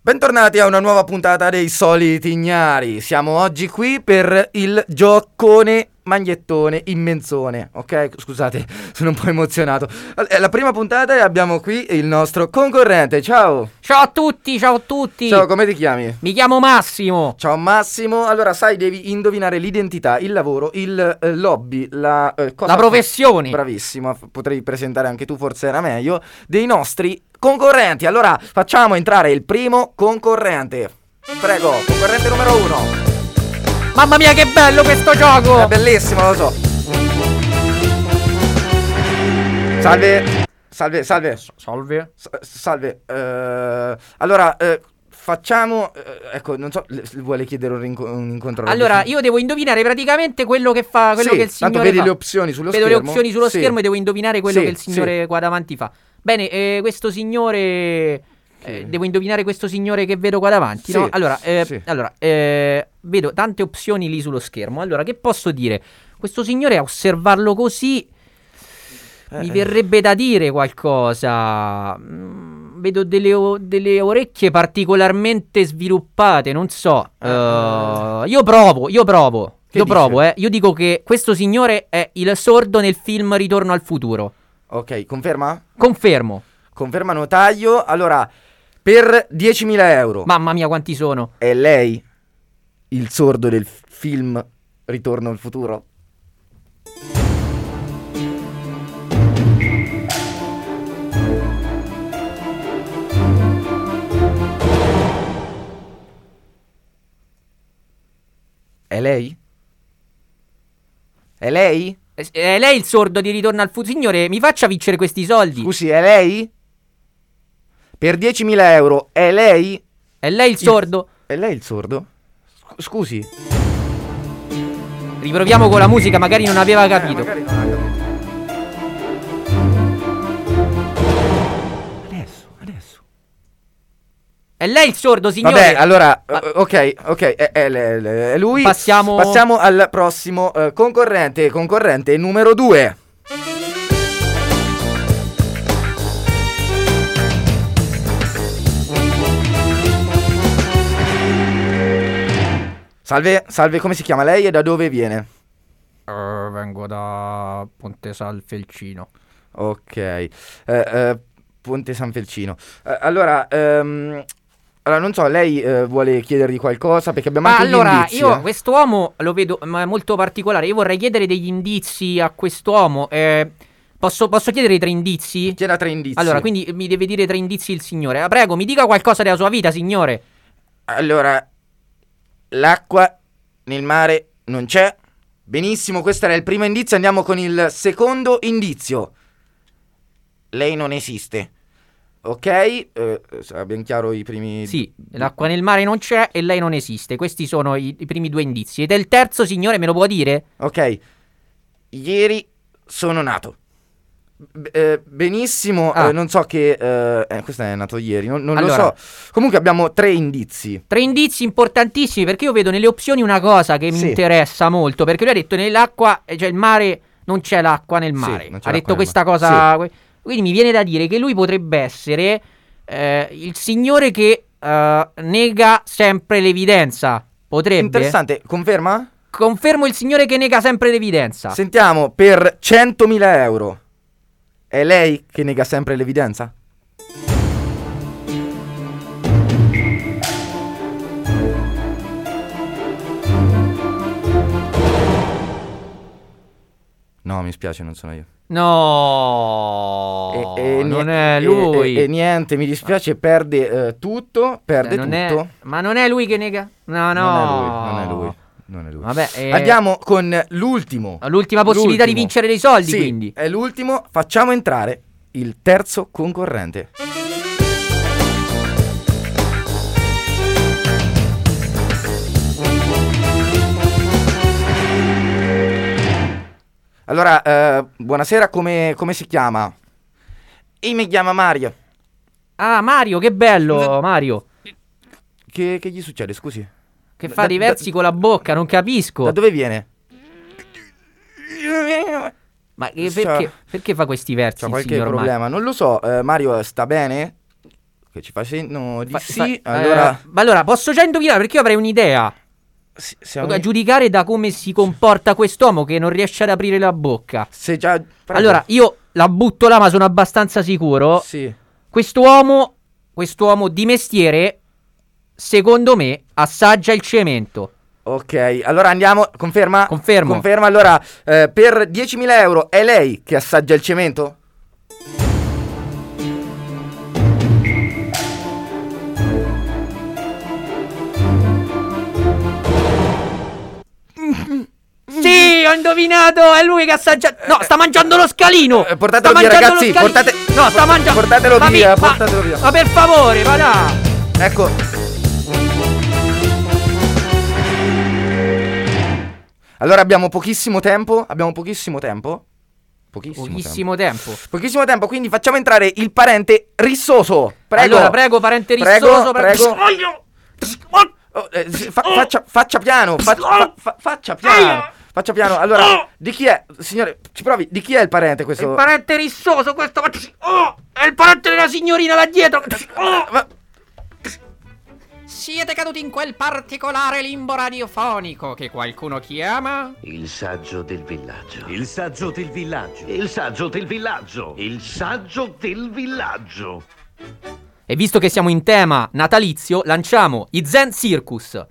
Speaker 4: Bentornati a una nuova puntata dei soliti ignari. Siamo oggi qui per il giocone magliettone immenzone. Ok, scusate, sono un po' emozionato. All- È la prima puntata e abbiamo qui il nostro concorrente. Ciao.
Speaker 5: Ciao a tutti, ciao a tutti.
Speaker 4: Ciao, come ti chiami?
Speaker 5: Mi chiamo Massimo.
Speaker 4: Ciao Massimo, allora sai devi indovinare l'identità, il lavoro, il eh, lobby, la eh, cosa
Speaker 5: La professione.
Speaker 4: Bravissimo, f- potrei presentare anche tu, forse era meglio, dei nostri concorrenti. Allora facciamo entrare il primo concorrente. Prego, concorrente numero uno.
Speaker 5: Mamma mia, che bello questo
Speaker 4: È
Speaker 5: gioco!
Speaker 4: bellissimo, lo so. Salve, salve, salve.
Speaker 5: Salve.
Speaker 4: S- Salve, eh, allora eh, facciamo, eh, ecco, non so, le- se vuole chiedere un, rinco- un incontro?
Speaker 5: Allora,
Speaker 4: ravvicinato?
Speaker 5: io devo indovinare praticamente quello che fa, quello
Speaker 4: Sì,
Speaker 5: che il signore
Speaker 4: tanto vedi
Speaker 5: fa.
Speaker 4: le opzioni sullo
Speaker 5: Vedo
Speaker 4: schermo.
Speaker 5: le opzioni sullo
Speaker 4: Sì.
Speaker 5: schermo e devo indovinare quello
Speaker 4: Sì,
Speaker 5: che il signore qua davanti fa. Bene, eh, questo signore eh,
Speaker 4: Sì.
Speaker 5: devo indovinare questo signore che vedo qua davanti,
Speaker 4: Sì,
Speaker 5: no? Allora, eh,
Speaker 4: sì.
Speaker 5: allora, eh, vedo tante opzioni lì sullo schermo. Allora, che posso dire? Questo signore a osservarlo così mi
Speaker 4: eh.
Speaker 5: verrebbe da dire qualcosa. Mm, vedo delle, o- delle orecchie particolarmente sviluppate, non so. Eh, io provo, io provo.
Speaker 4: Che
Speaker 5: io
Speaker 4: dice?
Speaker 5: provo, eh. Io dico che questo signore è il sordo nel film Ritorno al futuro.
Speaker 4: Ok, conferma?
Speaker 5: Confermo.
Speaker 4: Confermano taglio. Allora, per 10.000 euro
Speaker 5: Mamma mia, quanti sono.
Speaker 4: è lei il sordo del f- film Ritorno al futuro? È lei? È lei?
Speaker 5: Eh, È lei il sordo di Ritorno al futuro? Signore, mi faccia vincere questi soldi.
Speaker 4: Scusi, è lei? Per 10.000 euro è lei?
Speaker 5: È lei il sordo?
Speaker 4: È lei il sordo? Scu- Scusi.
Speaker 5: Riproviamo con la musica, magari non
Speaker 4: Eh,
Speaker 5: aveva capito.
Speaker 4: Adesso, adesso.
Speaker 5: È lei il sordo, signore?
Speaker 4: Vabbè, allora, eh, ok, ok, è, è- è- è- è lui.
Speaker 5: Passiamo-
Speaker 4: Passiamo al prossimo eh, concorrente, concorrente numero 2. Salve, salve, come si chiama lei e da dove viene?
Speaker 5: vengo da Ponte Salfelcino.
Speaker 4: Ok, Eh, eh, Ponte San Felcino. Eh, allora, ehm, Allora, non so, lei eh, vuole chiedergli qualcosa perché abbiamo
Speaker 5: Ma
Speaker 4: anche gli
Speaker 5: allora,
Speaker 4: indizi,
Speaker 5: io
Speaker 4: eh.
Speaker 5: quest'uomo lo vedo ma, molto particolare. Io vorrei chiedere degli indizi a quest'uomo. eh, posso, posso chiedere i tre indizi?
Speaker 4: C'era tre indizi.
Speaker 5: Allora, quindi eh, mi deve dire tre indizi il signore. Ah, prego, mi dica qualcosa della sua vita, signore.
Speaker 4: Allora, l'acqua nel mare non c'è. Benissimo, questo era il primo indizio. Andiamo con il secondo indizio. Lei non esiste. Ok, eh, abbiamo chiaro i primi.
Speaker 5: Sì, l'acqua nel mare non c'è e lei non esiste. Questi sono i, i primi due indizi. Ed è il terzo, signore, me lo può dire?
Speaker 4: Ok, ieri sono nato. B- eh, benissimo,
Speaker 5: Ah.
Speaker 4: eh, non so che. eh, eh, questo è nato ieri, non, non
Speaker 5: Allora.
Speaker 4: lo so. Comunque abbiamo tre indizi.
Speaker 5: Tre indizi importantissimi perché io vedo nelle opzioni una cosa che mi
Speaker 4: Sì.
Speaker 5: interessa molto. Perché lui ha detto nell'acqua, eh, cioè il mare, non c'è l'acqua nel
Speaker 4: Sì,
Speaker 5: mare.
Speaker 4: non c'è
Speaker 5: ha
Speaker 4: l'acqua
Speaker 5: detto
Speaker 4: nel
Speaker 5: questa
Speaker 4: mare.
Speaker 5: cosa. que- Quindi mi viene da dire che lui potrebbe essere eh, il signore che eh, nega sempre l'evidenza. Potrebbe.
Speaker 4: Interessante, conferma?
Speaker 5: Confermo il signore che nega sempre l'evidenza.
Speaker 4: Sentiamo, per 100.000 euro, è lei che nega sempre l'evidenza? No, mi spiace, non sono io.
Speaker 5: No,
Speaker 4: E- e
Speaker 5: non
Speaker 4: nie-
Speaker 5: è lui.
Speaker 4: E, e- e niente, mi dispiace, perde eh, tutto, perde
Speaker 5: Eh, non è-
Speaker 4: tutto.
Speaker 5: ma non è lui che nega. No, no.
Speaker 4: Non è lui, non è lui. Non è lui.
Speaker 5: Vabbè, eh,
Speaker 4: Andiamo con l'ultimo.
Speaker 5: L'ultima possibilità
Speaker 4: L'ultimo.
Speaker 5: di vincere dei soldi,
Speaker 4: Sì,
Speaker 5: quindi.
Speaker 4: È l'ultimo, facciamo entrare il terzo concorrente. Allora, eh, buonasera, come, come si chiama? Io mi chiamo Mario.
Speaker 5: Ah, Mario, che bello, Mario.
Speaker 4: Che, che gli succede, scusi?
Speaker 5: Che
Speaker 4: Da-
Speaker 5: fa dei
Speaker 4: da-
Speaker 5: versi con la bocca, non capisco.
Speaker 4: Da dove viene?
Speaker 5: Ma che-
Speaker 4: Cioè-
Speaker 5: perché, perché fa questi versi?
Speaker 4: C'è
Speaker 5: il
Speaker 4: qualche
Speaker 5: signor Mario?
Speaker 4: problema, non lo so. eh, Mario sta bene? Che ci facendo di
Speaker 5: Fa-
Speaker 4: sì.
Speaker 5: fa-
Speaker 4: allora,
Speaker 5: eh, ma allora, posso già indovinare perché io avrei un'idea.
Speaker 4: si- siamo
Speaker 5: A
Speaker 4: in-
Speaker 5: giudicare da come si comporta quest'uomo che non riesce ad aprire la bocca.
Speaker 4: se già prego.
Speaker 5: Allora, io la butto là, ma sono abbastanza sicuro.
Speaker 4: sì.
Speaker 5: Quest'uomo, quest'uomo di mestiere, secondo me, assaggia il cemento.
Speaker 4: Ok, allora andiamo. Conferma?
Speaker 5: Confermo.
Speaker 4: Conferma. Allora, eh, per 10.000 euro è lei che assaggia il cemento? Mm.
Speaker 5: Sì, ho indovinato, è lui che assaggia. No, sta mangiando lo scalino.
Speaker 4: Eh, portatelo
Speaker 5: sta
Speaker 4: via,
Speaker 5: mangiando
Speaker 4: ragazzi,
Speaker 5: lo scalino.
Speaker 4: portate-
Speaker 5: No, sta
Speaker 4: port-
Speaker 5: mangiando.
Speaker 4: portatelo
Speaker 5: ma mi-
Speaker 4: via,
Speaker 5: ma-
Speaker 4: portatelo via.
Speaker 5: Ma per favore, va là.
Speaker 4: Ecco. Allora abbiamo pochissimo tempo. Abbiamo pochissimo tempo. Pochissimo, tempo.
Speaker 5: Pochissimo tempo.
Speaker 4: Pochissimo tempo, quindi facciamo entrare il parente rissoso. Prego.
Speaker 5: Allora, prego, parente
Speaker 4: Prego,
Speaker 5: rissoso,
Speaker 4: prego.
Speaker 5: Voglio-
Speaker 4: Oh, eh, sì, fa- faccia, faccia piano, fa- fa- fa- faccia piano. Faccia piano. Allora, di chi è? Signore, ci provi, di chi è il parente questo?
Speaker 5: Il parente rissoso, questo. Oh, è il parente della signorina là dietro. Oh.
Speaker 4: Ma-
Speaker 9: Siete caduti in quel particolare limbo radiofonico che qualcuno chiama?
Speaker 10: Il saggio del villaggio. Il saggio del villaggio. Il saggio del villaggio. Il saggio del villaggio.
Speaker 5: E visto che siamo in tema natalizio, lanciamo i Zen Circus.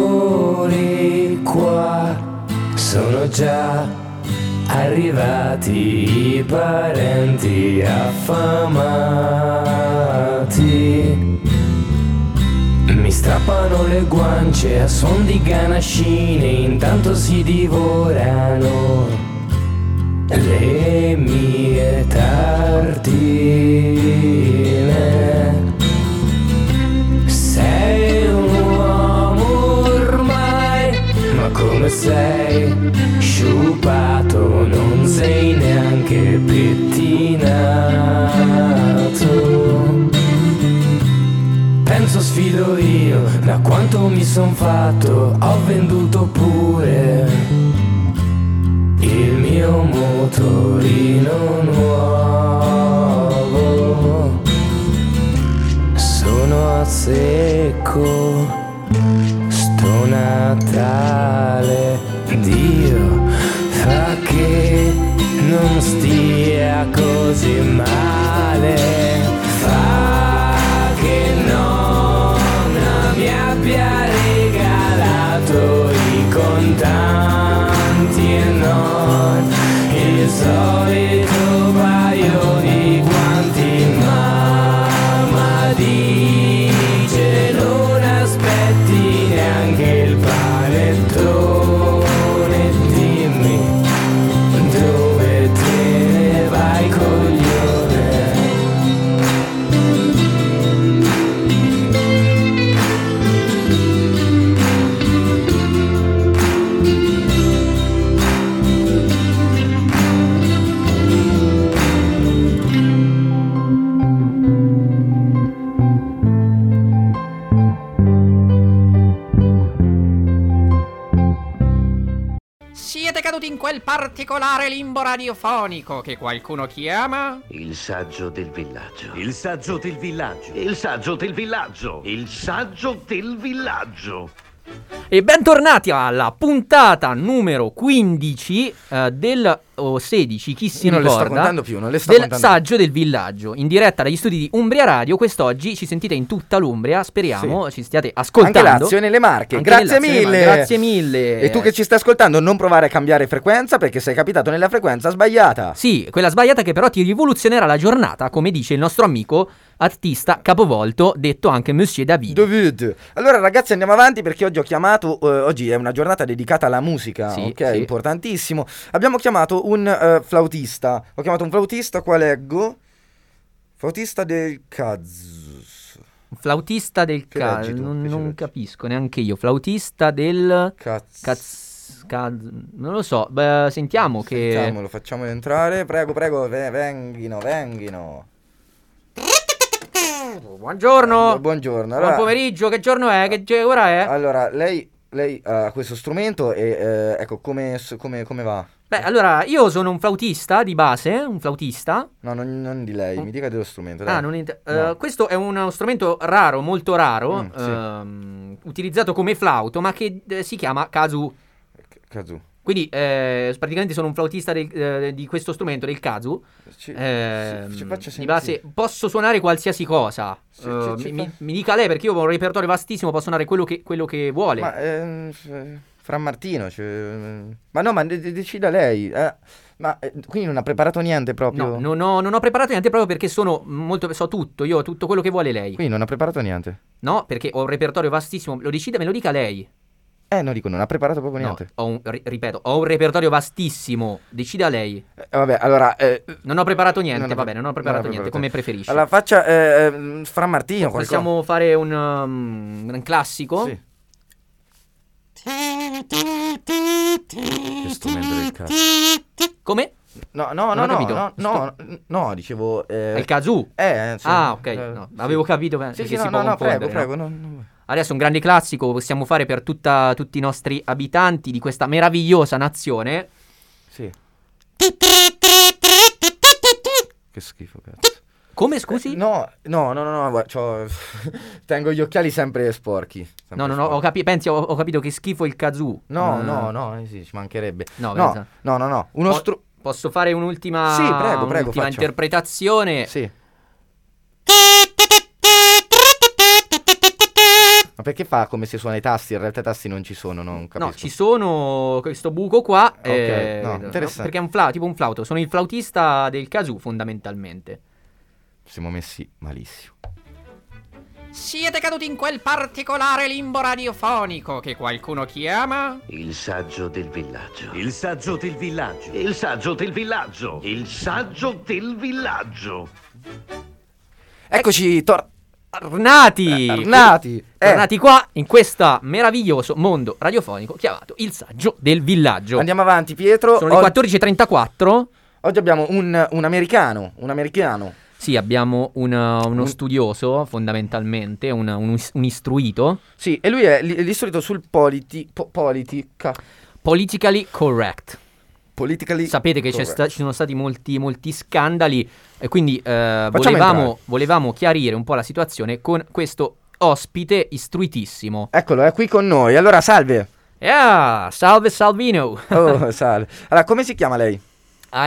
Speaker 12: Eccoli qua, sono già arrivati i parenti affamati. Mi strappano le guance a suon di ganascine, intanto si divorano le mie tartine. Sei un uomo ormai, ma come sei sciupato, non sei neanche pettinato. Penso son fatto, ho venduto pure il mio motorino nuovo. Sono a secco, sto Natale, Dio fa che non stia così male. Fa che nonna mi abbia regalato i contanti e non il solito paio di guanti. Mamma dice non aspetti neanche il panettone, dimmi dove te ne vai coglione.
Speaker 9: Siete caduti in quel particolare limbo radiofonico che qualcuno chiama?
Speaker 10: Il saggio del villaggio. Il saggio del villaggio. Il saggio del villaggio. Il saggio del villaggio.
Speaker 5: E bentornati alla puntata numero 15 eh, del o 16, chi si
Speaker 4: Io non le sto
Speaker 5: ricorda,
Speaker 4: contando più, non le sto
Speaker 5: del
Speaker 4: contando
Speaker 5: saggio del villaggio, in diretta dagli studi di Umbria Radio. Quest'oggi ci sentite in tutta l'Umbria, speriamo ci stiate ascoltando.
Speaker 4: Anche Lazio e nelle Marche.
Speaker 5: Anche
Speaker 4: grazie
Speaker 5: nel Lazio e nelle
Speaker 4: mille.
Speaker 5: Marche, Grazie mille.
Speaker 4: E tu che ci stai ascoltando, non provare a cambiare frequenza perché sei capitato nella frequenza sbagliata.
Speaker 5: Sì, quella sbagliata che però ti rivoluzionerà la giornata, come dice il nostro amico artista capovolto, detto anche Monsieur David.
Speaker 4: David. Allora ragazzi andiamo avanti perché oggi ho chiamato, eh, oggi è una giornata dedicata alla musica,
Speaker 5: Sì,
Speaker 4: ok?
Speaker 5: sì.
Speaker 4: Importantissimo. Abbiamo chiamato un eh, flautista, ho chiamato un flautista, qua leggo, flautista del Cazus.
Speaker 5: Flautista del
Speaker 4: Che
Speaker 5: ca-
Speaker 4: leggi tu?
Speaker 5: non,
Speaker 4: Che ci
Speaker 5: non capisco neanche io. Flautista del
Speaker 4: cazzo.
Speaker 5: non lo so. Beh, sentiamo che.
Speaker 4: Facciamolo, facciamo entrare, prego, prego, ve- venghino, venghino.
Speaker 5: Buongiorno.
Speaker 4: Buongiorno.
Speaker 5: Buon pomeriggio, eh. che giorno è? Che ge- ora è?
Speaker 4: Allora, lei, lei ha questo strumento e eh, ecco come, s- come, come va?
Speaker 5: Beh, allora io sono un flautista di base. Un flautista.
Speaker 4: No, non, non di lei, mi dica dello strumento. dai.
Speaker 5: Ah, non int- eh,
Speaker 4: No.
Speaker 5: questo è uno strumento raro, molto raro,
Speaker 4: Mm, sì.
Speaker 5: ehm, utilizzato come flauto, ma che eh, si chiama kazu.
Speaker 4: Kazoo.
Speaker 5: Quindi eh, praticamente sono un flautista del- eh, di questo strumento, del kazu.
Speaker 4: Ci-
Speaker 5: Ehm,
Speaker 4: ci- ci faccia
Speaker 5: di base posso suonare qualsiasi cosa. Eh,
Speaker 4: ci- ci
Speaker 5: mi,
Speaker 4: fa-
Speaker 5: mi dica lei perché io ho un repertorio vastissimo, posso suonare quello che, quello che vuole.
Speaker 4: Ma ehm, f- Fran Martino, cioè, ma no, ma de- de- decida lei. eh. ma eh, quindi non ha preparato niente proprio.
Speaker 5: No, non ho, non ho preparato niente proprio perché sono molto. So tutto, io ho tutto quello che vuole lei.
Speaker 4: Quindi non ha preparato niente.
Speaker 5: No, perché ho un repertorio vastissimo. Lo decida, me lo dica lei.
Speaker 4: Eh, no, dico, non ha preparato proprio
Speaker 5: No,
Speaker 4: niente.
Speaker 5: ho un- ri- ripeto, ho un repertorio vastissimo. Decida lei.
Speaker 4: Eh, vabbè, allora. eh,
Speaker 5: Non ho preparato niente,
Speaker 4: non ho-
Speaker 5: va bene, non ho preparato niente, come preferisci.
Speaker 4: Allora, faccia eh, ehm, Fran Martino. qualcosa.
Speaker 5: Possiamo fare un, um, un classico?
Speaker 4: Sì. Che strumento del cazzo.
Speaker 5: Come?
Speaker 4: No, no, no,
Speaker 5: Non ho
Speaker 4: no,
Speaker 5: capito.
Speaker 4: no, no, no, dicevo. Eh,
Speaker 5: È il kazoo?
Speaker 4: Eh, sì.
Speaker 5: Ah, ok,
Speaker 4: Eh,
Speaker 5: no,
Speaker 4: sì.
Speaker 5: avevo capito bene,
Speaker 4: Sì, sì,
Speaker 5: perché si
Speaker 4: no,
Speaker 5: può
Speaker 4: no, no, prego,
Speaker 5: confondere,
Speaker 4: prego.
Speaker 5: no?
Speaker 4: no, no.
Speaker 5: Adesso un grande classico possiamo fare per tutta- tutti i nostri abitanti di questa meravigliosa nazione.
Speaker 4: Sì. Che schifo, cazzo.
Speaker 5: Come scusi?
Speaker 4: Eh, no, no, no, no, no, guarda, c'ho- tengo gli occhiali sempre sporchi. sempre
Speaker 5: no, no, no, ho,
Speaker 4: sporchi.
Speaker 5: capi- pensi, ho, ho capito che schifo il kazoo.
Speaker 4: No,
Speaker 5: Eh,
Speaker 4: no, no, eh sì, ci mancherebbe.
Speaker 5: No,
Speaker 4: no,
Speaker 5: pensa-
Speaker 4: no, no, no, uno
Speaker 5: Po-
Speaker 4: stru...
Speaker 5: Posso fare un'ultima,
Speaker 4: Sì, prego, prego,
Speaker 5: un'ultima
Speaker 4: faccia.
Speaker 5: interpretazione?
Speaker 4: Sì. Ma perché fa come se suona i tasti? In realtà i tasti non ci sono, non capisco.
Speaker 5: No, ci sono questo buco qua.
Speaker 4: Ok,
Speaker 5: eh,
Speaker 4: no, interessante.
Speaker 5: Perché è un fla- tipo un flauto. Sono il flautista del kazoo, fondamentalmente.
Speaker 4: Siamo messi malissimo.
Speaker 9: Siete caduti in quel particolare limbo radiofonico che qualcuno chiama?
Speaker 10: Il saggio del villaggio. Il saggio del villaggio. Il saggio del villaggio. Il saggio del villaggio.
Speaker 5: Ecco.
Speaker 4: Eccoci, tor-
Speaker 5: Tornati!
Speaker 4: tornati, eh.
Speaker 5: Tornati qua in questo meraviglioso mondo radiofonico chiamato Il Saggio del Villaggio.
Speaker 4: Andiamo avanti, Pietro.
Speaker 5: Sono le
Speaker 4: Oggi-
Speaker 5: 14.34.
Speaker 4: Oggi abbiamo un, un americano, un americano.
Speaker 5: Sì, abbiamo un, uh,
Speaker 4: Mm.
Speaker 5: uno studioso fondamentalmente, un, un is- un istruito.
Speaker 4: Sì, e lui è l'istruito sul politi, politica.
Speaker 5: Politically correct.
Speaker 4: Politically
Speaker 5: Sapete che c'è
Speaker 4: correct.
Speaker 5: sta- ci sono stati molti, molti scandali e quindi eh,
Speaker 4: Facciamo
Speaker 5: volevamo,
Speaker 4: entrare.
Speaker 5: volevamo chiarire un po' la situazione con questo ospite istruitissimo.
Speaker 4: Eccolo, è qui con noi. Allora, salve.
Speaker 5: Yeah, salve Salvino.
Speaker 4: Oh, salve. Allora, come si chiama lei?
Speaker 5: I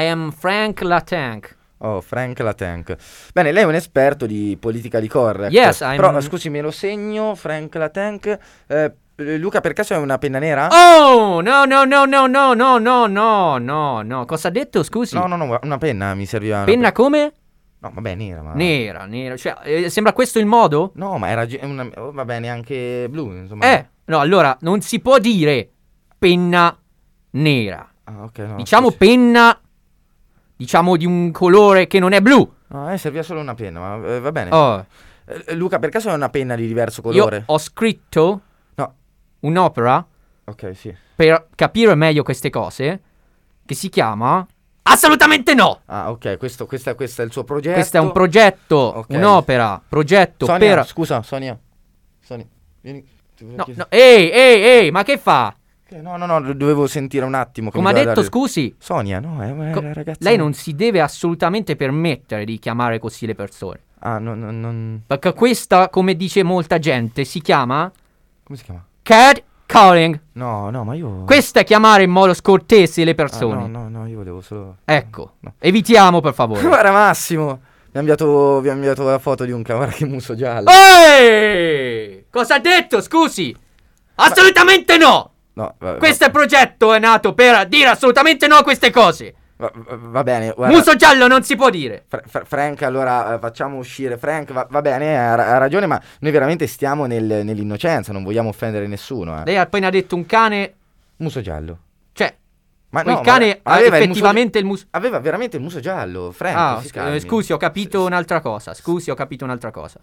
Speaker 5: am Frank Latank.
Speaker 4: Oh, Frank Latank. Bene, lei è un esperto di politica di correct.
Speaker 5: Yes, I'm-
Speaker 4: Però, scusi, me lo segno, Frank Latank. Eh, Luca, per caso è una penna nera?
Speaker 5: Oh, no, no, no, no, no, no, no, no, no, no. Cosa ha detto? Scusi.
Speaker 4: No, no, no, una penna mi serviva. una
Speaker 5: Penna come?
Speaker 4: No, vabbè, nera, ma...
Speaker 5: Nera, nera. Cioè, eh, sembra questo il modo?
Speaker 4: No, ma era... ge- Una... oh, Vabbè, neanche blu, insomma.
Speaker 5: Eh, no, allora non si può dire penna nera.
Speaker 4: Ah, ok, no.
Speaker 5: diciamo penna, diciamo di un colore che non è blu.
Speaker 4: No, eh, serviva solo una penna, ma eh, va bene.
Speaker 5: Oh.
Speaker 4: Eh, Luca, per caso è una penna di diverso colore?
Speaker 5: Io ho scritto
Speaker 4: No.
Speaker 5: un'opera
Speaker 4: Ok, sì.
Speaker 5: per capire meglio queste cose che si chiama Assolutamente no!
Speaker 4: Ah, ok, questo, questa- questo è il suo progetto.
Speaker 5: Questo è un progetto,
Speaker 4: Ok.
Speaker 5: un'opera, progetto
Speaker 4: Sonia,
Speaker 5: per...
Speaker 4: scusa, Sonia. Sonia, vieni. ti volevo
Speaker 5: No,
Speaker 4: chiedere-
Speaker 5: no, ehi, ehi, ehi, ma che fa?
Speaker 4: Eh, No, no, no, lo dovevo sentire un attimo. che
Speaker 5: Come ha
Speaker 4: mi doveva
Speaker 5: detto,
Speaker 4: dare-
Speaker 5: scusi,
Speaker 4: Sonia, no, è una
Speaker 5: co-
Speaker 4: una Eh, ragazza.
Speaker 5: lei non si deve assolutamente permettere di chiamare così le persone.
Speaker 4: Ah, no, no, non.
Speaker 5: Perché questa, come dice molta gente, si chiama
Speaker 4: Come si chiama?
Speaker 5: cat calling.
Speaker 4: No, no, ma io.
Speaker 5: Questo è chiamare in modo scortese le
Speaker 4: Ah, no,
Speaker 5: persone.
Speaker 4: no, no, io volevo solo.
Speaker 5: Ecco, evitiamo per favore.
Speaker 4: Guarda, Massimo. Mi ha inviato, vi ha inviato la foto di un cavara che muso giallo.
Speaker 5: Oh, Ehi! Cosa ha detto? Scusi! Assolutamente no!
Speaker 4: No, va, va-
Speaker 5: Questo progetto è nato per dire assolutamente no a queste cose.
Speaker 4: va- va- va bene. guarda.
Speaker 5: Muso giallo non si può dire.
Speaker 4: Fra- Fra- Frank, allora eh, facciamo uscire Frank, va, va bene, ha, ra- ha ragione, ma noi veramente stiamo nel- nell'innocenza, non vogliamo offendere nessuno. Eh.
Speaker 5: Lei ha appena detto un cane,
Speaker 4: Muso giallo.
Speaker 5: cioè,
Speaker 4: Ma
Speaker 5: quel
Speaker 4: no, ma
Speaker 5: cane ha
Speaker 4: aveva il muso
Speaker 5: effettivamente il muso...
Speaker 4: Aveva veramente il muso giallo, Frank.
Speaker 5: Ah,
Speaker 4: si
Speaker 5: sc-
Speaker 4: calmi.
Speaker 5: eh, scusi, ho capito un'altra cosa. Scusi, ho capito un'altra cosa.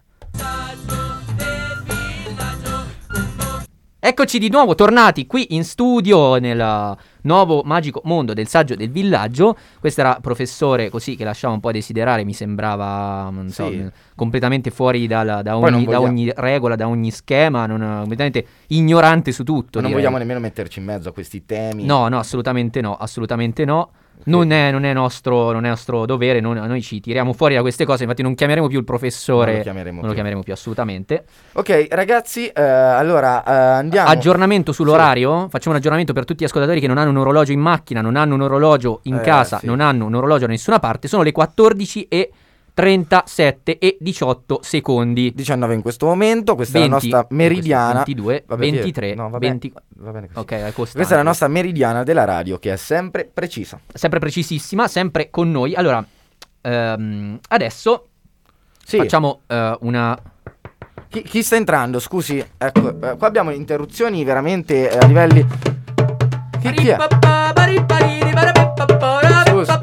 Speaker 5: Eccoci di nuovo, tornati qui in studio nel nuovo magico mondo del saggio del villaggio. Questo era professore così che lasciava un po' a desiderare, mi sembrava mm, non so,
Speaker 4: Sì.
Speaker 5: mh, completamente fuori dalla- da,
Speaker 4: Poi non
Speaker 5: ogni, da
Speaker 4: vogliamo-
Speaker 5: ogni regola, da ogni schema, non, completamente ignorante su tutto.
Speaker 4: Ma non
Speaker 5: direi.
Speaker 4: vogliamo nemmeno metterci in mezzo a questi temi.
Speaker 5: No, no, assolutamente no, assolutamente no. Non è, non è nostro, non è nostro dovere, non- noi ci tiriamo fuori da queste cose, infatti non chiameremo più il professore,
Speaker 4: Non lo chiameremo
Speaker 5: non lo
Speaker 4: più.
Speaker 5: chiameremo più assolutamente.
Speaker 4: Ok, ragazzi, eh, allora eh, andiamo.
Speaker 5: Aggiornamento sull'orario, facciamo un aggiornamento per tutti gli ascoltatori che non hanno un orologio in macchina, non hanno un orologio in
Speaker 4: Eh,
Speaker 5: casa,
Speaker 4: sì.
Speaker 5: non hanno un orologio da nessuna parte, sono le 14 e 37 e 18 secondi.
Speaker 4: 19 in questo momento, questa è la
Speaker 5: 20,
Speaker 4: nostra meridiana.
Speaker 5: 22,
Speaker 4: Vabbè, Pier-
Speaker 5: 23,
Speaker 4: no, va bene,
Speaker 5: 20.
Speaker 4: va bene così.
Speaker 5: Ok, è costante.
Speaker 4: Questa è la nostra meridiana della radio, che è sempre precisa.
Speaker 5: sempre precisissima, sempre con noi. Allora, ehm, adesso
Speaker 4: Sì.
Speaker 5: facciamo eh, una...
Speaker 4: Chi, chi sta entrando? Scusi, ecco, eh, qua abbiamo interruzioni veramente eh, a livelli. Chi, chi è? Scusa,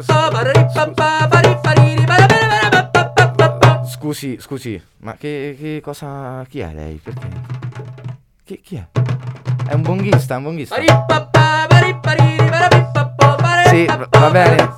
Speaker 4: Scusi, scusi, ma che, che cosa. Chi è lei? Perché? Chi, chi è? È un bonghista, è un bonghista. Sì, va- va bene.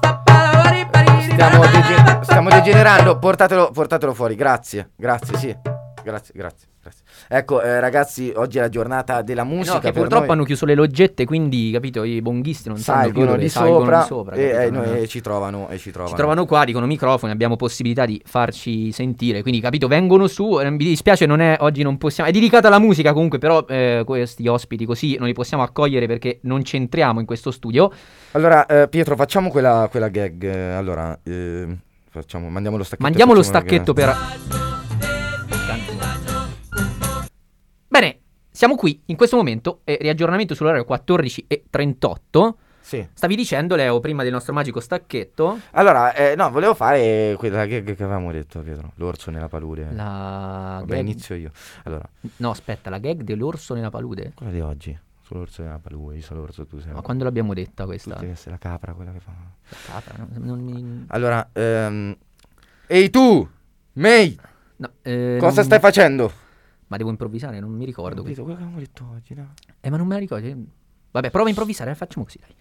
Speaker 4: Stiamo, dege- stiamo degenerando, portatelo, portatelo fuori, grazie, grazie, sì. Grazie, grazie, grazie. Ecco, eh, ragazzi, oggi è la giornata della musica.
Speaker 5: Eh No, che
Speaker 4: per
Speaker 5: purtroppo
Speaker 4: noi.
Speaker 5: hanno chiuso le loggette, quindi, capito, i bonghisti non sanno più
Speaker 4: salgono
Speaker 5: dove
Speaker 4: di
Speaker 5: salgono
Speaker 4: sopra,
Speaker 5: di sopra.
Speaker 4: e,
Speaker 5: capito?
Speaker 4: eh,
Speaker 5: Non-
Speaker 4: noi- e ci trovano e ci trovano.
Speaker 5: Ci trovano qua, dicono microfoni, abbiamo possibilità di farci sentire, quindi capito, vengono su, eh, mi dispiace, non è, oggi non possiamo, è dedicata alla musica comunque, però eh, questi ospiti così non li possiamo accogliere perché non c'entriamo in questo studio.
Speaker 4: Allora, eh, Pietro, facciamo quella, quella gag. eh, Allora, eh, facciamo, mandiamo lo stacchetto. e
Speaker 5: Mandiamo lo
Speaker 4: facciamo la
Speaker 5: stacchetto
Speaker 4: gag.
Speaker 5: per... Bene, siamo qui in questo momento, e riaggiornamento sull'orario 14 e 38.
Speaker 4: Sì.
Speaker 5: Stavi dicendo, Leo, prima del nostro magico stacchetto,
Speaker 4: Allora, eh, no, volevo fare quella gag che avevamo detto, Pietro. L'orso nella palude.
Speaker 5: la...
Speaker 4: Eh, Vabbè,
Speaker 5: gag-
Speaker 4: inizio io. Allora,
Speaker 5: No, aspetta, la gag dell'orso nella palude.
Speaker 4: quella di oggi. Sull'orso nella palude, io sono l'orso, tu sei.
Speaker 5: Ma quando l'abbiamo detta
Speaker 4: tu
Speaker 5: questa?
Speaker 4: devi essere la capra, quella che fa.
Speaker 5: Capra, no? Non mi-
Speaker 4: Allora, ehm, ehi tu, May,
Speaker 5: no, eh,
Speaker 4: cosa
Speaker 5: non-
Speaker 4: stai facendo?
Speaker 5: Ma devo improvvisare, non mi ricordo.
Speaker 4: Ho detto quello che avevamo detto oggi, no?
Speaker 5: Eh, ma non me la ricordo. Vabbè, prova a improvvisare, facciamo eh, così, dai.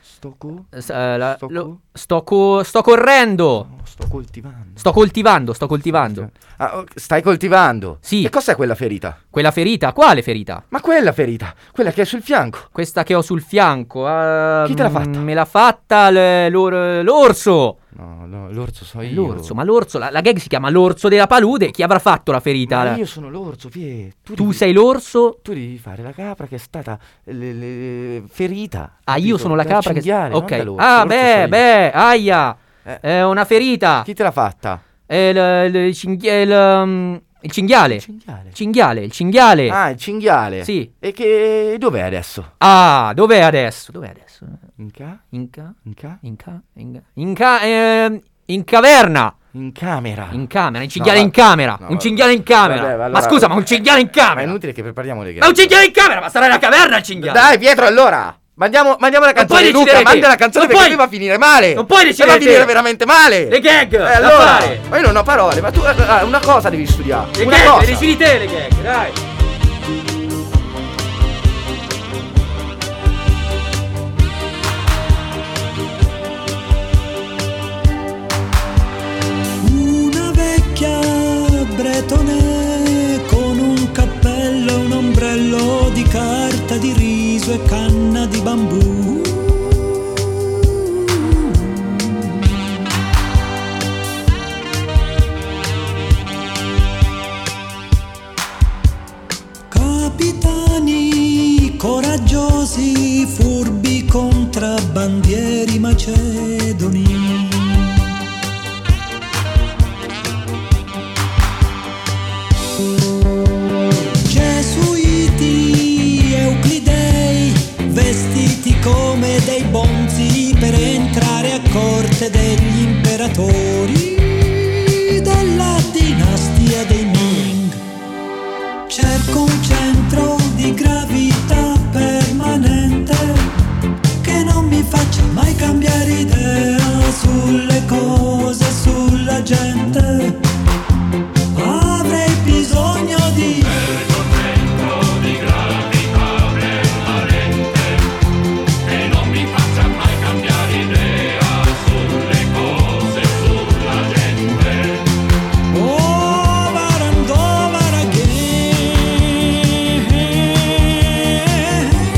Speaker 4: Sto cu.
Speaker 5: S- eh, la- lo- sto, co- sto correndo.
Speaker 4: Sto coltivando.
Speaker 5: Sto coltivando, sto coltivando.
Speaker 4: Ah, ok, stai coltivando?
Speaker 5: Sì.
Speaker 4: E cos'è quella ferita?
Speaker 5: Quella ferita, quale ferita?
Speaker 4: Ma quella ferita, quella che è sul fianco.
Speaker 5: Questa che ho sul fianco. ah,
Speaker 4: Chi te l'ha fatta?
Speaker 5: mm, Me l'ha fatta l- l'or- l'orso.
Speaker 4: No, no, l'orso so io.
Speaker 5: L'orso, ma l'orso, la, la gag si chiama l'orso della palude. Chi avrà fatto la ferita?
Speaker 4: Ma io sono l'orso, Pie. Tu,
Speaker 5: Tu
Speaker 4: devi-
Speaker 5: sei l'orso?
Speaker 4: Tu devi fare la capra che è stata eh, le- le- ferita.
Speaker 5: Ah, io
Speaker 4: capito?
Speaker 5: sono la
Speaker 4: Dal
Speaker 5: capra che.
Speaker 4: cinghiale, non
Speaker 5: Ok.
Speaker 4: dall'orso.
Speaker 5: Ah,
Speaker 4: L'orso sono
Speaker 5: beh,
Speaker 4: io.
Speaker 5: beh, aia.
Speaker 4: Eh.
Speaker 5: È una ferita.
Speaker 4: Chi te l'ha fatta?
Speaker 5: È il, il cinghia- il, um, il cinghiale.
Speaker 4: Cinghiale.
Speaker 5: Cinghiale, il cinghiale.
Speaker 4: Ah, il cinghiale.
Speaker 5: Sì.
Speaker 4: E che dov'è adesso?
Speaker 5: Ah, dov'è adesso? Dov'è adesso?
Speaker 4: In ca?
Speaker 5: Inca?
Speaker 4: In ca?
Speaker 5: Inca? Inca? Inca? ehm, in caverna!
Speaker 4: In camera.
Speaker 5: In camera, un cinghiale
Speaker 4: va-
Speaker 5: in camera!
Speaker 4: no,
Speaker 5: un
Speaker 4: va-
Speaker 5: cinghiale in camera!
Speaker 4: vabbè,
Speaker 5: ma
Speaker 4: allora- eh,
Speaker 5: scusa, ma un cinghiale in
Speaker 4: Ma è
Speaker 5: camera!
Speaker 4: inutile che prepariamo le gag.
Speaker 5: Ma un cinghiale in camera! Ma sarà la caverna il cinghiale!
Speaker 4: Dai, Pietro, allora. Mandiamo, mandiamo la
Speaker 5: Non
Speaker 4: canzone.
Speaker 5: puoi
Speaker 4: Luca,
Speaker 5: decidere te.
Speaker 4: manda la canzone perché
Speaker 5: Non puoi-
Speaker 4: lui va a finire male.
Speaker 5: Non puoi
Speaker 4: E
Speaker 5: decidere
Speaker 4: Va a finire
Speaker 5: te.
Speaker 4: veramente male.
Speaker 5: Le gag!
Speaker 4: Eh,
Speaker 5: da
Speaker 4: allora.
Speaker 5: fare!
Speaker 4: Ma io non ho parole, ma tu eh, una cosa devi studiare.
Speaker 5: Le
Speaker 4: una
Speaker 5: gag,
Speaker 4: cosa.
Speaker 5: le decidi te le gag, dai!
Speaker 8: Una vecchia bretone con un cappello e un ombrello di carta di riso e canna di bambù. Capitani coraggiosi, furbi contrabbandieri macedoni. Gesuiti, euclidei, vestiti come dei bonzi per entrare a corte degli imperatori della dinastia dei Ming. Cerco un centro di gravità permanente che non mi faccia mai cambiare idea sulle cose, sulla gente. Avrei bisogno di Over and over again.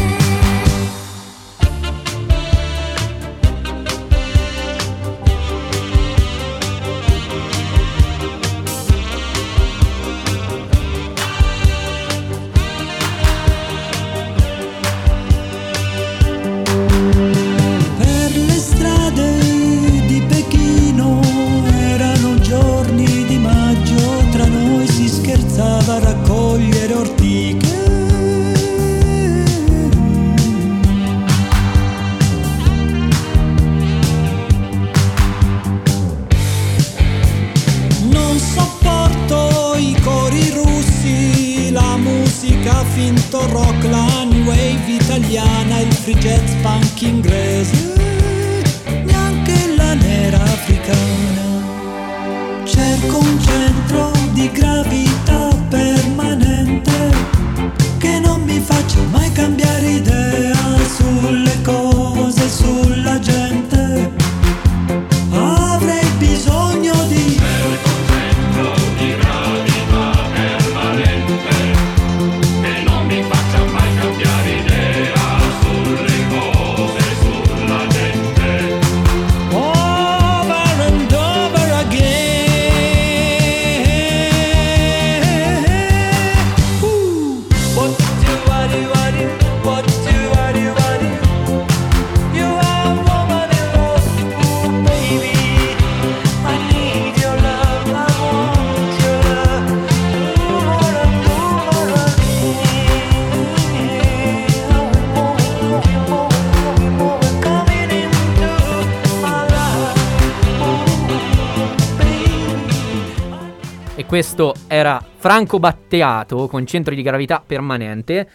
Speaker 8: Per le strade di Pechino erano giorni di maggio, tra noi si scherzava a raccogliere ortiche. Non sopporto i cori russi, la musica finto rock, la new wave italiana, il free jazz punk inglese, neanche la nera africana. Cerco un centro di gravità permanente che non mi faccia mai cambiare idea sulle cose, sulla gente. Avrei bisogno di... Over and over again. Ooh. What do I do? I do. What do I do? I do. You are a woman in love, Ooh, baby. I need your love. I want your love. Over and over again. Oh, oh, oh, oh, oh, coming into my life.
Speaker 5: E questo era Franco Batteato con centro di gravità permanente.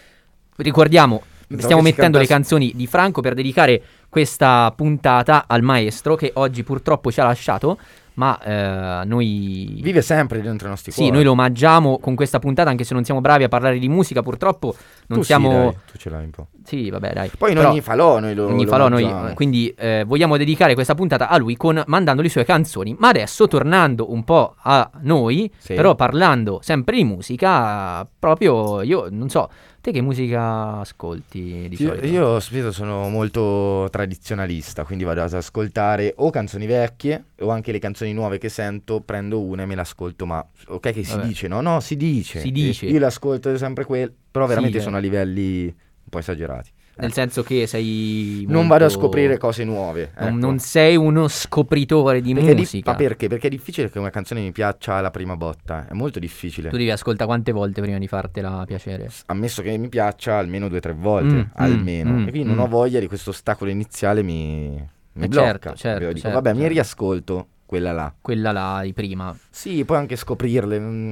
Speaker 5: Ricordiamo,
Speaker 4: Pensavo
Speaker 5: stiamo
Speaker 4: che si
Speaker 5: mettendo le
Speaker 4: cantasse-
Speaker 5: canzoni di Franco per dedicare questa puntata al maestro che oggi purtroppo ci ha lasciato. ma eh, noi...
Speaker 4: Vive sempre dentro i nostri
Speaker 5: Sì,
Speaker 4: cuori.
Speaker 5: noi lo omaggiamo con questa puntata, anche se non siamo bravi a parlare di musica, purtroppo non
Speaker 4: Tu sì,
Speaker 5: siamo...
Speaker 4: dai, tu ce l'hai un po'.
Speaker 5: Sì, vabbè, dai.
Speaker 4: Poi in
Speaker 5: Però-
Speaker 4: ogni falò noi lo-
Speaker 5: ogni
Speaker 4: lo
Speaker 5: falò noi,
Speaker 4: omaggiamo.
Speaker 5: eh, quindi eh, vogliamo dedicare questa puntata a lui con mandando le sue canzoni. Ma adesso tornando un po' a noi,
Speaker 4: Sì.
Speaker 5: però parlando sempre di musica, proprio io non so, te che musica ascolti di
Speaker 4: Io,
Speaker 5: solito?
Speaker 4: io spesso sono molto tradizionalista, quindi vado ad ascoltare o canzoni vecchie o anche le canzoni nuove che sento, prendo una e me l'ascolto, ma ok che si
Speaker 5: Vabbè.
Speaker 4: dice, no? No, si dice.
Speaker 5: Si dice.
Speaker 4: Io l'ascolto sempre quel, però
Speaker 5: Sì,
Speaker 4: veramente
Speaker 5: eh.
Speaker 4: sono a livelli un po' esagerati.
Speaker 5: Nel
Speaker 4: Ecco.
Speaker 5: senso che sei
Speaker 4: Non
Speaker 5: molto-
Speaker 4: vado a scoprire cose nuove.
Speaker 5: non,
Speaker 4: ecco.
Speaker 5: non sei uno scopritore di
Speaker 4: Perché di-
Speaker 5: musica.
Speaker 4: ma perché? Perché è difficile che una canzone mi piaccia alla prima botta, eh. è molto difficile.
Speaker 5: Tu devi ascoltare quante volte prima di fartela piacere.
Speaker 4: Ammesso che mi piaccia almeno due o tre volte,
Speaker 5: Mm,
Speaker 4: almeno.
Speaker 5: mm,
Speaker 4: e quindi
Speaker 5: mm.
Speaker 4: non ho voglia di questo ostacolo iniziale, mi, mi
Speaker 5: Eh,
Speaker 4: blocca.
Speaker 5: certo, certo,
Speaker 4: Io dico,
Speaker 5: certo,
Speaker 4: vabbè, mi
Speaker 5: certo.
Speaker 4: riascolto quella là.
Speaker 5: Quella là di prima.
Speaker 4: Sì, poi anche scoprirle. mm.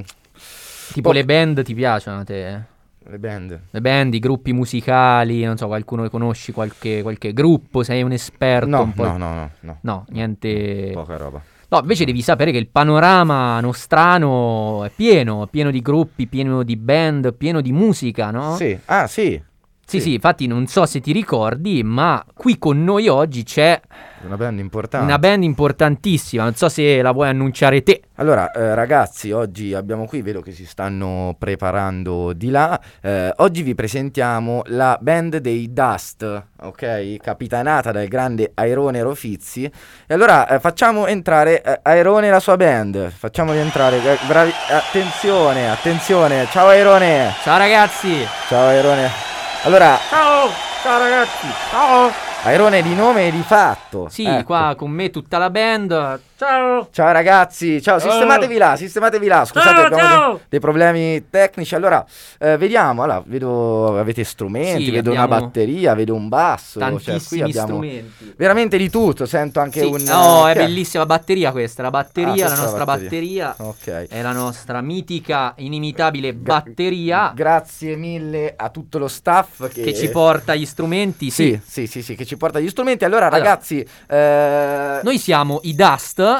Speaker 5: Tipo
Speaker 4: Poi-
Speaker 5: le band ti piacciono a te? eh?
Speaker 4: le band.
Speaker 5: Le band, i gruppi musicali, non so, qualcuno che conosci, qualche, qualche gruppo, sei un esperto?
Speaker 4: No,
Speaker 5: Certo, un po'-
Speaker 4: no, no, no, no.
Speaker 5: No, niente...
Speaker 4: Poca roba.
Speaker 5: No, invece devi sapere che il panorama nostrano è pieno, è pieno di gruppi, pieno di band, pieno di musica, no?
Speaker 4: Sì, ah sì.
Speaker 5: Sì, sì, infatti non so se ti ricordi, ma qui con noi oggi c'è
Speaker 4: Una band importante.
Speaker 5: una band importantissima, non so se la vuoi annunciare te.
Speaker 4: Allora, eh, ragazzi, oggi abbiamo qui, vedo che si stanno preparando di là. eh, oggi vi presentiamo la band dei Dust, ok? Capitanata dal grande Airone Rofizzi. E allora eh, facciamo entrare eh, Airone e la sua band. Facciamoli entrare. eh, bravi- attenzione, attenzione. Ciao Airone.
Speaker 5: Ciao ragazzi!
Speaker 4: Ciao Airone. Allora,
Speaker 5: Ciao! Ciao ragazzi! Ciao!
Speaker 4: Airone di nome e di fatto.
Speaker 5: Sì,
Speaker 4: Ecco.
Speaker 5: qua con me tutta la band. Ciao!
Speaker 4: Ciao ragazzi, ciao, sistematevi là, sistematevi là. Scusate,
Speaker 5: Ciao,
Speaker 4: abbiamo
Speaker 5: ciao.
Speaker 4: Dei, dei problemi tecnici. Allora, eh, vediamo, allora, vedo, avete strumenti,
Speaker 5: Sì,
Speaker 4: vedo una
Speaker 5: abbiamo
Speaker 4: batteria, vedo un basso. cioè, qui
Speaker 5: Tantissimi
Speaker 4: abbiamo
Speaker 5: strumenti.
Speaker 4: Veramente di tutto, sento anche
Speaker 5: Sì,
Speaker 4: un... eh,
Speaker 5: No, è
Speaker 4: che
Speaker 5: bellissima la batteria questa, la batteria,
Speaker 4: Ah,
Speaker 5: la
Speaker 4: questa è la
Speaker 5: nostra
Speaker 4: batteria.
Speaker 5: batteria.
Speaker 4: Ok.
Speaker 5: È la nostra mitica, inimitabile batteria
Speaker 4: Grazie mille a tutto lo staff che,
Speaker 5: che ci porta gli strumenti. Sì.
Speaker 4: Sì, sì, sì, sì, che ci porta gli strumenti. Allora,
Speaker 5: Allora,
Speaker 4: ragazzi, eh,
Speaker 5: Noi siamo i Dust, eh,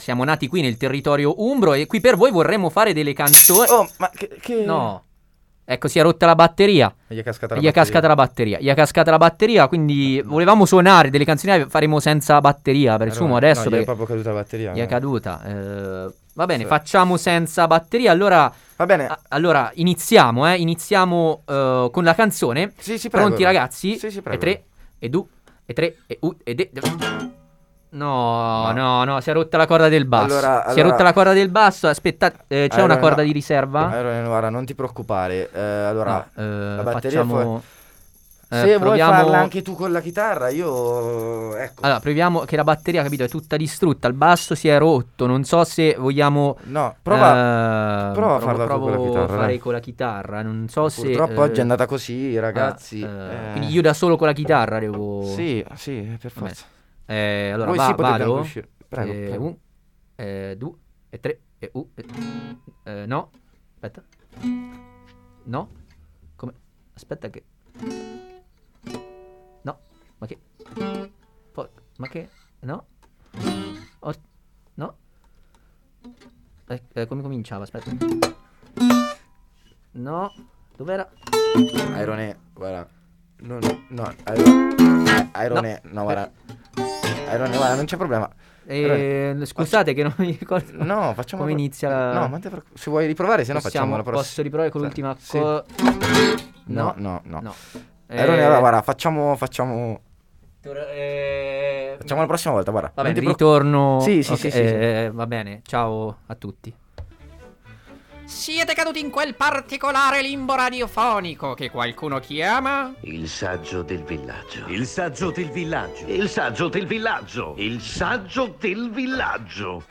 Speaker 5: siamo nati qui nel territorio umbro e qui per voi vorremmo fare delle canzoni.
Speaker 4: Oh, ma che... che-
Speaker 5: No. Ecco, si è rotta la batteria.
Speaker 4: Gli è cascata la
Speaker 5: Gli è
Speaker 4: batteria.
Speaker 5: cascata la batteria. Gli è cascata la batteria, quindi volevamo suonare delle canzoni, le faremo senza batteria per il
Speaker 4: Airone,
Speaker 5: suomo
Speaker 4: no,
Speaker 5: adesso.
Speaker 4: gli è
Speaker 5: perché
Speaker 4: proprio caduta la batteria.
Speaker 5: gli è
Speaker 4: no.
Speaker 5: caduta. eh, va bene,
Speaker 4: Sì.
Speaker 5: facciamo senza batteria. Allora,
Speaker 4: Va bene.
Speaker 5: a- allora iniziamo, eh, iniziamo eh, con la canzone.
Speaker 4: Sì, sì, prego.
Speaker 5: Pronti ragazzi?
Speaker 4: Sì, sì,
Speaker 5: e
Speaker 4: prego.
Speaker 5: tre, e du, e tre, e u, e de... No,
Speaker 4: No.
Speaker 5: no, no, si è rotta la corda del basso.
Speaker 4: Allora,
Speaker 5: Si è
Speaker 4: allora-
Speaker 5: rotta la corda del basso. Aspettate, eh, c'è
Speaker 4: Allora,
Speaker 5: una corda
Speaker 4: no. Eh,
Speaker 5: di riserva?
Speaker 4: Allora, guarda, non ti preoccupare. Eh, allora,
Speaker 5: No, eh,
Speaker 4: la batteria
Speaker 5: facciamo...
Speaker 4: fu-
Speaker 5: eh,
Speaker 4: se vuoi
Speaker 5: proviamo...
Speaker 4: farla anche tu con la chitarra, io ecco.
Speaker 5: Allora, proviamo che la batteria, capito, è tutta distrutta, il basso si è rotto, non so se vogliamo...
Speaker 4: No, prova-
Speaker 5: eh,
Speaker 4: prova a
Speaker 5: provo-
Speaker 4: farla tu
Speaker 5: provo
Speaker 4: con la chitarra,
Speaker 5: fare
Speaker 4: dai.
Speaker 5: con la chitarra, non so se...
Speaker 4: Purtroppo
Speaker 5: eh,
Speaker 4: oggi è andata così, ragazzi.
Speaker 5: ah, eh,
Speaker 4: Eh,
Speaker 5: Quindi io da solo con la chitarra devo...
Speaker 4: Sì, sì, per
Speaker 5: Vabbè.
Speaker 4: forza.
Speaker 5: Eh, allora,
Speaker 4: Voi
Speaker 5: va-
Speaker 4: sì potete
Speaker 5: vado.
Speaker 4: anche uscire. Prego,
Speaker 5: Eh,
Speaker 4: prego.
Speaker 5: Un, eh, due, e tre, e u, e- eh, no, aspetta. No, come? Aspetta che... No, ma che... Po- ma che... No? Or- no? Eh, eh, come cominciava? Aspetta. No, dov'era?
Speaker 4: Airone, guarda. No, no, no, Airone. Airone, no, guarda. Airone, guarda, non c'è problema.
Speaker 5: Eh, scusate che non mi ricordo.
Speaker 4: No, facciamo
Speaker 5: Come inizia la-
Speaker 4: No, ma te preoccup- se vuoi riprovare, se no facciamo
Speaker 5: Possiamo-
Speaker 4: la prossima.
Speaker 5: Posso riprovare con
Speaker 4: Sì.
Speaker 5: l'ultima
Speaker 4: Sì.
Speaker 5: co-
Speaker 4: No, no, no.
Speaker 5: no.
Speaker 4: Airone,
Speaker 5: Eh,
Speaker 4: allora, guarda, facciamo facciamo
Speaker 5: eh,
Speaker 4: facciamo la prossima volta, guarda.
Speaker 5: Va
Speaker 4: Non
Speaker 5: bene,
Speaker 4: ti preoccup-
Speaker 5: ritorno.
Speaker 4: Sì, sì,
Speaker 5: ok,
Speaker 4: sì, sì, sì.
Speaker 5: eh, Va bene, ciao a tutti.
Speaker 9: Siete caduti in quel particolare limbo radiofonico che qualcuno chiama?
Speaker 10: Il saggio del villaggio. Il saggio del villaggio. Il saggio del villaggio. Il saggio del villaggio.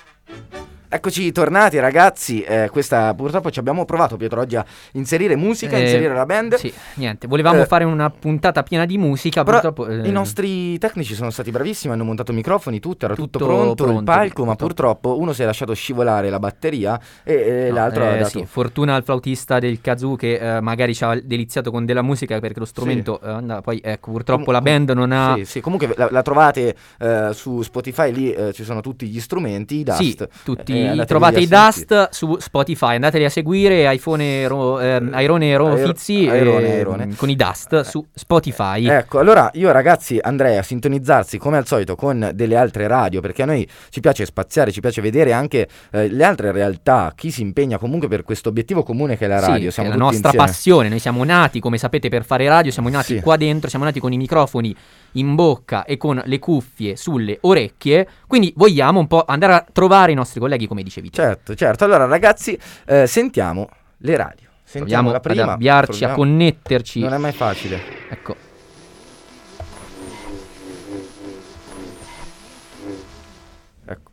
Speaker 4: Eccoci tornati ragazzi, Eh, questa purtroppo ci abbiamo provato Pietro oggi a inserire musica,
Speaker 5: Eh,
Speaker 4: inserire la band.
Speaker 5: Sì, niente, volevamo
Speaker 4: Eh,
Speaker 5: fare una puntata piena di musica,
Speaker 4: Però
Speaker 5: purtroppo eh,
Speaker 4: i nostri tecnici sono stati bravissimi, hanno montato microfoni, tutto era tutto,
Speaker 5: Tutto
Speaker 4: pronto, il
Speaker 5: pronto,
Speaker 4: palco, ma purtroppo uno si è lasciato scivolare la batteria e, e
Speaker 5: no,
Speaker 4: l'altro ha
Speaker 5: eh,
Speaker 4: dato...
Speaker 5: sì, fortuna al flautista del kazoo che eh, magari ci ha deliziato con della musica perché lo strumento eh, andava- poi ecco, purtroppo la
Speaker 4: Com-
Speaker 5: band non ha
Speaker 4: Sì, sì, comunque la, la trovate eh, su Spotify, lì eh, ci sono tutti gli strumenti, i Dust.
Speaker 5: Sì, tutti,
Speaker 4: Eh, andateli
Speaker 5: trovate
Speaker 4: a
Speaker 5: i
Speaker 4: sentire.
Speaker 5: Dust su Spotify, andateli a seguire iPhone Ro, ehm, Airone Ro
Speaker 4: Airo-
Speaker 5: Fizzi
Speaker 4: Eh, Airone,
Speaker 5: ehm,
Speaker 4: Airone. Eh,
Speaker 5: con i Dust su Spotify.
Speaker 4: Ecco, allora io ragazzi andrei a sintonizzarsi come al solito con delle altre radio perché a noi ci piace spaziare, ci piace vedere anche eh, le altre realtà, chi si impegna comunque per questo obiettivo comune che è la
Speaker 5: Sì,
Speaker 4: radio.
Speaker 5: che
Speaker 4: Siamo
Speaker 5: è la
Speaker 4: tutti
Speaker 5: nostra
Speaker 4: insieme.
Speaker 5: passione, noi siamo nati, come sapete, per fare radio, siamo nati
Speaker 4: Sì.
Speaker 5: qua dentro, siamo nati con i microfoni in bocca e con le cuffie sulle orecchie, quindi vogliamo un po' andare a trovare i nostri colleghi, come dicevi te.
Speaker 4: Certo, certo. Allora ragazzi eh, sentiamo le radio. Sentiamo
Speaker 5: Proviamo
Speaker 4: la
Speaker 5: ad
Speaker 4: prima.
Speaker 5: avviarci, a
Speaker 4: proviamo.
Speaker 5: connetterci.
Speaker 4: Non è mai facile.
Speaker 5: Ecco.
Speaker 4: Ecco.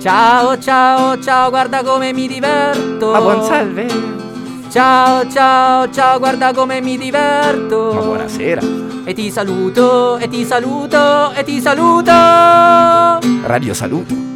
Speaker 5: Ciao, ciao, ciao, guarda come mi diverto.
Speaker 4: Ma buon salve.
Speaker 5: Ciao, ciao, ciao, guarda come mi diverto.
Speaker 4: Ma buonasera.
Speaker 5: E ti saluto, e ti saluto, e ti saluto.
Speaker 4: Radio Saluto.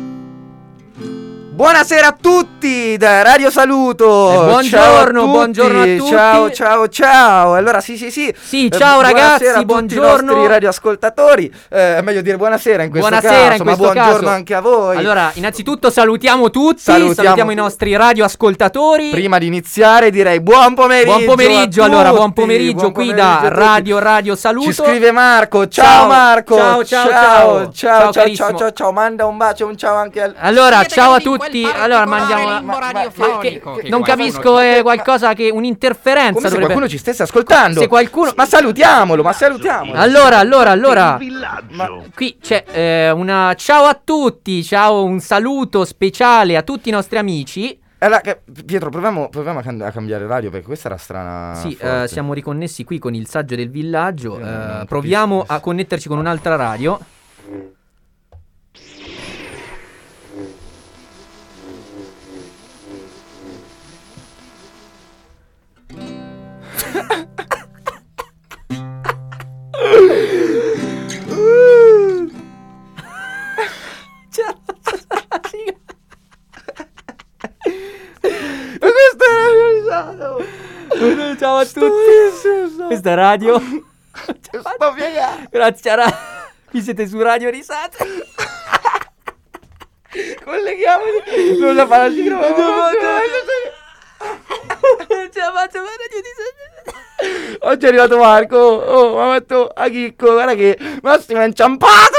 Speaker 4: Buonasera a tutti da Radio Saluto.
Speaker 5: E buongiorno,
Speaker 4: Ciao a tutti,
Speaker 5: buongiorno a tutti.
Speaker 4: Ciao, ciao, ciao. Allora sì, sì, sì.
Speaker 5: Sì,
Speaker 4: Eh,
Speaker 5: ciao ragazzi,
Speaker 4: buonasera a Tutti i
Speaker 5: buongiorno.
Speaker 4: nostri radioascoltatori. Eh, è meglio dire buonasera in questo
Speaker 5: Buonasera
Speaker 4: caso,
Speaker 5: in
Speaker 4: ma
Speaker 5: questo
Speaker 4: buongiorno
Speaker 5: caso.
Speaker 4: anche a voi.
Speaker 5: Allora, innanzitutto salutiamo tutti,
Speaker 4: Salutiamo
Speaker 5: salutiamo, i nostri radioascoltatori.
Speaker 4: prima di iniziare direi buon pomeriggio.
Speaker 5: Buon pomeriggio,
Speaker 4: a
Speaker 5: allora, buon
Speaker 4: tutti,
Speaker 5: pomeriggio
Speaker 4: buon
Speaker 5: qui
Speaker 4: pomeriggio
Speaker 5: da
Speaker 4: a tutti.
Speaker 5: Radio Radio Saluto.
Speaker 4: Ci scrive Marco. Ciao,
Speaker 5: Ciao,
Speaker 4: Marco.
Speaker 5: ciao, ciao,
Speaker 4: ciao,
Speaker 5: ciao.
Speaker 4: ciao,
Speaker 5: Ciao,
Speaker 4: ciao, ciao,
Speaker 5: carissimo.
Speaker 4: ciao, ciao. Manda un bacio, un ciao anche al
Speaker 5: Allora,
Speaker 9: Siete
Speaker 5: ciao a
Speaker 9: caduti in quel
Speaker 5: tutti.
Speaker 9: particolare
Speaker 5: Allora, mandiamo
Speaker 9: limbo radiofonico che
Speaker 5: Non
Speaker 9: qualcuno
Speaker 5: capisco,
Speaker 9: ci-
Speaker 5: è qualcosa che un'interferenza
Speaker 4: Come se
Speaker 5: dovrebbe
Speaker 4: qualcuno ci stesse ascoltando.
Speaker 5: Se qualcuno
Speaker 4: Ma salutiamolo, ma salutiamolo.
Speaker 5: Allora, allora, allora.
Speaker 10: villaggio.
Speaker 5: Qui c'è eh, una ciao a tutti, ciao, un saluto speciale a tutti i nostri amici.
Speaker 4: Allora, che- Pietro, proviamo, proviamo a, can- a cambiare radio perché questa era strana.
Speaker 5: sì, eh,
Speaker 4: Ah, forte.
Speaker 5: siamo riconnessi qui con il saggio del villaggio.
Speaker 4: Io
Speaker 5: eh,
Speaker 4: non- non capisco
Speaker 5: proviamo a connetterci con un'altra radio.
Speaker 4: Ma questo era riusato.
Speaker 5: Ciao a tutti. Questa è radio.
Speaker 4: Sto piegando.
Speaker 5: Grazie a Ra- Vi siete su Radio Risate.
Speaker 4: Colleghiamoci. Non la fa la sigla. ma-
Speaker 5: Non ce la faccio fare Radio Risate.
Speaker 4: Oggi è arrivato Marco. Oh, mi ha fatto a chicco. Guarda che Massimo è inciampato.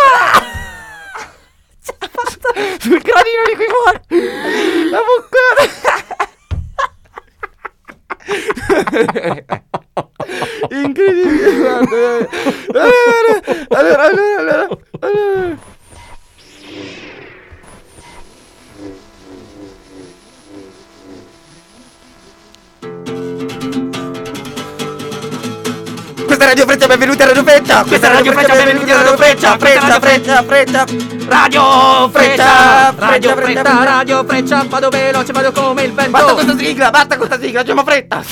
Speaker 4: Sul gradino di qui fuori. La boccona. Incredibile. guarda. Allora, allora, allora, allora. Questa è Radio Freccia, benvenuti a Radio Freccia! Questa è Radio Freccia, benvenuti a Radio Freccia! Freccia, Freccia, Freccia!
Speaker 5: Radio
Speaker 4: Freccia, Freccia,
Speaker 5: Freccia,
Speaker 4: Freccia,
Speaker 5: Radio Freccia,
Speaker 4: Freccia.
Speaker 5: Radio Freccia, vado veloce, vado come il vento.
Speaker 4: Basta questa sigla, basta questa sigla, abbiamo fretta!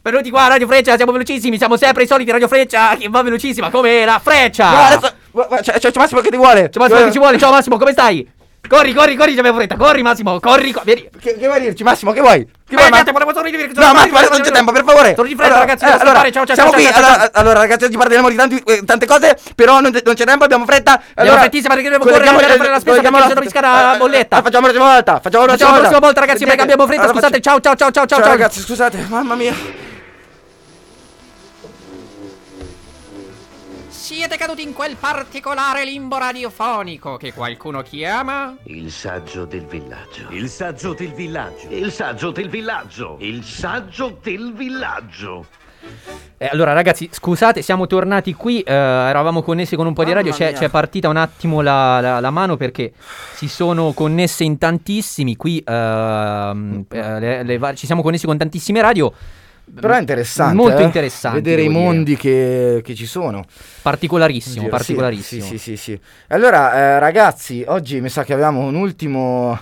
Speaker 5: Benvenuti qua a Radio Freccia, siamo velocissimi, siamo sempre i soliti Radio Freccia, che va velocissima come la freccia.
Speaker 4: No, adesso... gu- gu- C'è, c'è Massimo che ti vuole!
Speaker 5: Ciao Massimo, che ci vuole? Ciao Massimo, come stai? Corri, corri, corri, ci abbiamo fretta, corri Massimo, corri, co- vieni.
Speaker 4: Che, che vuoi dirci, Massimo, che vuoi? Che vuoi, Massimo?
Speaker 5: Aspetta, volevo solo dire che sono
Speaker 4: No,
Speaker 5: fuori,
Speaker 4: Massimo, adesso non c'è tempo, per favore!
Speaker 5: Torni di fretta,
Speaker 4: Allora,
Speaker 5: ragazzi,
Speaker 4: eh,
Speaker 5: devo
Speaker 4: allora,
Speaker 5: scappare, ciao, ciao,
Speaker 4: siamo
Speaker 5: ciao,
Speaker 4: qui,
Speaker 5: ciao, ciao,
Speaker 4: allora,
Speaker 5: ciao.
Speaker 4: allora, ragazzi, oggi parleremo di tanti- eh, tante cose, però non, non c'è tempo, abbiamo fretta!
Speaker 5: Abbiamo
Speaker 4: Allora,
Speaker 5: frettissima perché dobbiamo correre
Speaker 4: colleghiamo- eh,
Speaker 5: per fare la spesa
Speaker 4: colleghiamo
Speaker 5: perché bisogna rischiare la
Speaker 4: eh,
Speaker 5: bolletta.
Speaker 4: eh, Facciamo la prossima volta, facciamo la prossima
Speaker 5: Facciamo
Speaker 4: volta!
Speaker 5: la prossima volta ragazzi, perché abbiamo fretta,
Speaker 4: Allora,
Speaker 5: scusate, ciao ciao ciao ciao ciao.
Speaker 4: Ciao, ragazzi, scusate, mamma mia.
Speaker 9: Siete caduti in quel particolare limbo radiofonico che qualcuno chiama?
Speaker 10: Il saggio del villaggio. Il saggio del villaggio. Il saggio del villaggio. Il saggio del villaggio.
Speaker 5: Eh, allora, ragazzi, scusate, siamo tornati qui. eh, eravamo connessi con un po' di radio. C'è,
Speaker 4: mia.
Speaker 5: c'è partita un attimo la, la- la mano perché si sono connesse in tantissimi. Qui ehm, eh, le- le var- ci siamo connessi con tantissime radio.
Speaker 4: Però è interessante.
Speaker 5: Molto
Speaker 4: eh,
Speaker 5: interessante,
Speaker 4: Vedere i
Speaker 5: devo dire.
Speaker 4: mondi che, che ci sono.
Speaker 5: Particolarissimo,
Speaker 4: Sì,
Speaker 5: particolarissimo.
Speaker 4: Sì, sì, sì, sì. Allora, eh, ragazzi, oggi mi sa che abbiamo un ultimo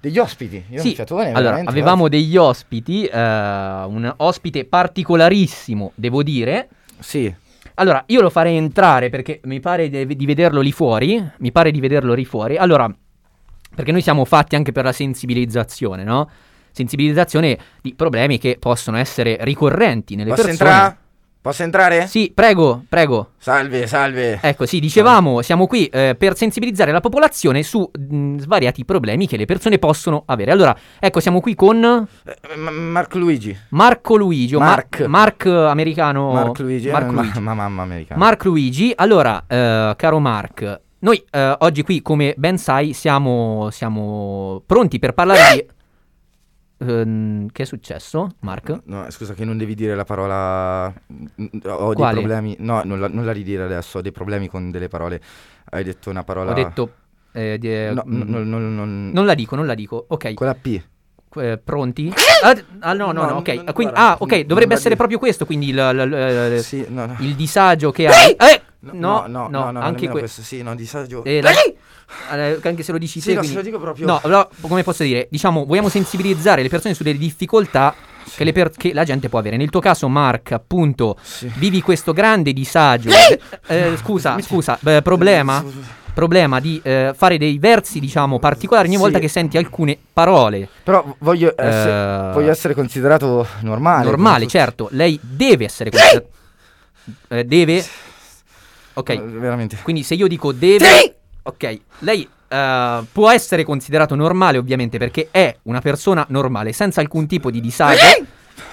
Speaker 4: degli ospiti. Io ho un
Speaker 5: Sì,
Speaker 4: fiatone,
Speaker 5: allora,
Speaker 4: Eh, veramente,
Speaker 5: avevamo
Speaker 4: guarda.
Speaker 5: degli ospiti, eh, un ospite particolarissimo, devo dire.
Speaker 4: Sì.
Speaker 5: Allora, io lo farei entrare perché mi pare de- di vederlo lì fuori, mi pare di vederlo lì fuori. Allora, perché noi siamo fatti anche per la sensibilizzazione, no? Sensibilizzazione di problemi che possono essere ricorrenti nelle
Speaker 4: Posso
Speaker 5: persone.
Speaker 4: entrare? Posso entrare?
Speaker 5: Sì, prego, prego.
Speaker 4: Salve, salve.
Speaker 5: Ecco, sì, dicevamo, siamo qui eh, per sensibilizzare la popolazione su mh, svariati problemi che le persone possono avere. Allora, ecco, siamo qui con
Speaker 4: Eh, Ma- Marco Luigi.
Speaker 5: Marco Luigi, o Mar-
Speaker 4: Mark.
Speaker 5: Mark americano.
Speaker 4: Marco Luigi. eh,
Speaker 5: Mark
Speaker 4: ma-
Speaker 5: Luigi.
Speaker 4: ma mamma americana.
Speaker 5: Mark Luigi, allora, eh, caro Mark, noi eh, oggi qui, come ben sai, siamo, siamo pronti per parlare di... Ehm, che è successo, Mark?
Speaker 4: No, scusa che non devi dire la parola... mm, Ho dei
Speaker 5: Quale?
Speaker 4: problemi... No, non la, non la ridire adesso, ho dei problemi con delle parole. Hai detto una parola...
Speaker 5: Ho detto... eh, di- eh,
Speaker 4: No,
Speaker 5: mm,
Speaker 4: no, no, no, no, no.
Speaker 5: Non la dico, non la dico, ok.
Speaker 4: Con la P.
Speaker 5: Eh, pronti? Ah, ah, no, no,
Speaker 4: No,
Speaker 5: no, ok.
Speaker 4: non-
Speaker 5: Ah, quindi-
Speaker 4: guarda,
Speaker 5: ah, ok,
Speaker 4: non- non
Speaker 5: dovrebbe
Speaker 4: la
Speaker 5: essere
Speaker 4: dico.
Speaker 5: proprio questo, quindi il, il- il-
Speaker 4: Sì, no, no.
Speaker 5: Eh, il disagio che hai. Eh, no, no, anche
Speaker 4: nemmeno
Speaker 5: que-
Speaker 4: questo. Sì, no, disagio...
Speaker 5: Eh, la- eh, anche se lo dici
Speaker 4: Sì,
Speaker 5: te,
Speaker 4: no,
Speaker 5: quindi-
Speaker 4: se lo dico proprio-
Speaker 5: No, allora, come posso dire? Diciamo, vogliamo sensibilizzare le persone sulle difficoltà che, le per- che la gente può avere. Nel tuo caso, Mark, appunto, vivi questo grande disagio. Eh, scusa, scusa, eh, problema. Problema di eh, fare dei versi, diciamo, particolari ogni
Speaker 4: Sì.
Speaker 5: volta che senti alcune parole.
Speaker 4: Però voglio essere,
Speaker 5: Eh.
Speaker 4: voglio essere considerato normale.
Speaker 5: Normale,
Speaker 4: come
Speaker 5: certo. Lei deve essere considerata. Eh, deve. Ok.
Speaker 4: Eh, veramente.
Speaker 5: Quindi se io dico deve. Ok. Lei eh, può essere considerato normale, ovviamente, perché è una persona normale, senza alcun tipo tutti. di disagio.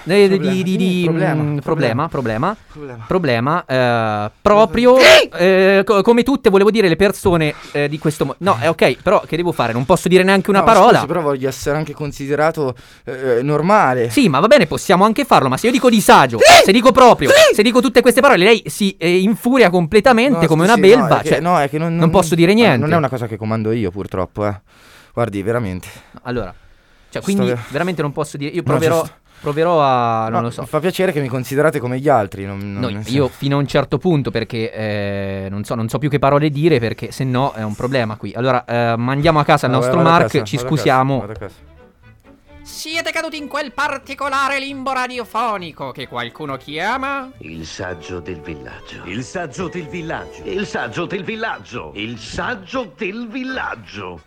Speaker 5: eh, di- di- di- di-
Speaker 4: Problema,
Speaker 5: mm, problema, problema,
Speaker 4: Problema.
Speaker 5: problema, eh, proprio eh, co- come tutte, volevo dire, le persone eh, di questo mondo. No, è ok, però che devo fare? Non posso dire neanche una
Speaker 4: No,
Speaker 5: parola.
Speaker 4: scusi, però voglio essere anche considerato eh, normale.
Speaker 5: Sì, ma va bene, possiamo anche farlo. Ma se io dico disagio, se dico proprio, se dico tutte queste parole, lei si eh, infuria completamente
Speaker 4: No,
Speaker 5: come
Speaker 4: scusi,
Speaker 5: una belva.
Speaker 4: no, è che-
Speaker 5: cioè,
Speaker 4: no, è che non,
Speaker 5: posso dire niente.
Speaker 4: Non è una cosa che comando io, purtroppo. eh. Guardi, veramente.
Speaker 5: Allora, cioè, quindi
Speaker 4: Sto-
Speaker 5: veramente non posso dire. Io
Speaker 4: No,
Speaker 5: proverò,
Speaker 4: giusto.
Speaker 5: proverò a. Ah, Non
Speaker 4: No,
Speaker 5: lo so.
Speaker 4: Mi fa piacere che mi considerate come gli altri. non- non-
Speaker 5: No,
Speaker 4: nel
Speaker 5: io
Speaker 4: senso-
Speaker 5: fino a un certo punto, perché eh, non, so, non so più che parole dire, perché se no è un problema qui. Allora, eh, mandiamo a casa il
Speaker 4: No,
Speaker 5: nostro
Speaker 4: vado a
Speaker 5: Mark,
Speaker 4: casa,
Speaker 5: ci
Speaker 4: vado a casa,
Speaker 5: scusiamo.
Speaker 4: vado a casa.
Speaker 9: Siete caduti in quel particolare limbo radiofonico che qualcuno chiama?
Speaker 10: Il saggio del villaggio. Il saggio del villaggio. Il saggio del villaggio. Il saggio del villaggio.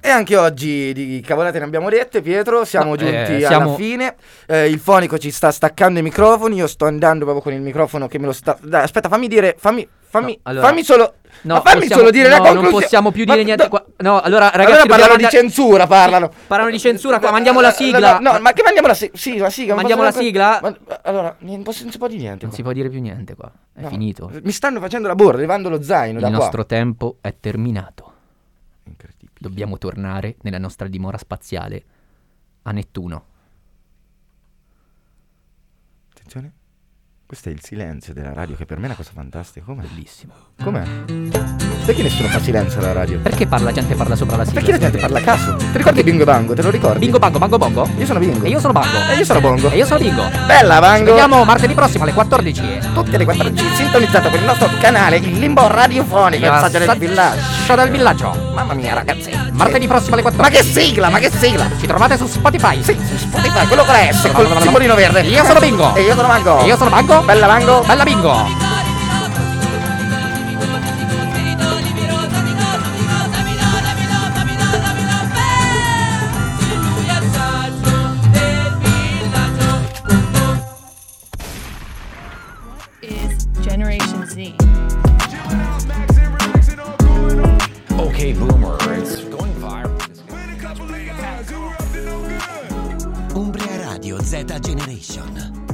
Speaker 4: E anche oggi di cavolate ne abbiamo dette, Pietro. Siamo
Speaker 5: No, eh,
Speaker 4: giunti alla
Speaker 5: siamo-
Speaker 4: fine. Eh, il fonico ci sta staccando i microfoni. Io sto andando proprio con il microfono che me lo sta. Dai, aspetta, fammi dire. Fammi. Fammi,
Speaker 5: No, allora-
Speaker 4: fammi solo.
Speaker 5: No,
Speaker 4: ma fammi
Speaker 5: possiamo-
Speaker 4: solo dire la
Speaker 5: no, non
Speaker 4: conclusione.
Speaker 5: possiamo più
Speaker 4: Ma
Speaker 5: dire niente
Speaker 4: do-
Speaker 5: qua- no, allora,
Speaker 4: Allora
Speaker 5: ragazzi, dobbiamo
Speaker 4: parlano di
Speaker 5: andare-
Speaker 4: censura. Parlano. Eh,
Speaker 5: Parlano di censura qua, mandiamo la sigla. Ah,
Speaker 4: No, no, ma che mandiamo la si- sì, la sigla? non
Speaker 5: Mandiamo
Speaker 4: posso
Speaker 5: la
Speaker 4: neanche- ma- eh, allora, non, posso- non si può dire niente.
Speaker 5: Non
Speaker 4: qua.
Speaker 5: si può dire più niente qua. È
Speaker 4: No.
Speaker 5: finito.
Speaker 4: Mi stanno facendo la borra, levando lo zaino da
Speaker 5: Il
Speaker 4: qua.
Speaker 5: nostro tempo è terminato. Dobbiamo tornare nella nostra dimora spaziale a Nettuno.
Speaker 4: Attenzione. Questo è il silenzio della radio, che per me è una cosa fantastica. Com'è?
Speaker 5: Bellissimo.
Speaker 4: Com'è? Perché nessuno fa silenzio alla radio?
Speaker 5: Perché parla gente parla sopra la sigla?
Speaker 4: Perché la gente parla a caso? Ti ricordi Bingo e Bango? Te lo ricordi?
Speaker 5: Bingo Bango, Bango Bongo?
Speaker 4: Io sono Bingo.
Speaker 5: E io sono Bango.
Speaker 4: E io sono Bongo.
Speaker 5: E io sono Bingo.
Speaker 4: Bella
Speaker 5: Ci
Speaker 4: Bango!
Speaker 5: vediamo martedì prossimo alle 14.
Speaker 4: tutte le 14 sintonizzate per il nostro canale, il limbo radiofonico, il saggio del villaggio.
Speaker 5: Ciao dal villaggio.
Speaker 4: Mamma mia ragazzi,
Speaker 5: Martedì prossimo alle 14.
Speaker 4: Ma che sigla, ma che sigla!
Speaker 5: Ci trovate su Spotify.
Speaker 4: Sì, su Spotify, quello che è, S, col simbolino verde.
Speaker 5: Io sono Bingo.
Speaker 4: E io sono Bango.
Speaker 5: E io sono Bango.
Speaker 4: Bella Bango.
Speaker 5: Bella Bingo.
Speaker 1: Is Generation Z.
Speaker 2: Okay, boomer, it's going viral.
Speaker 3: Umbria Radio Z Generation.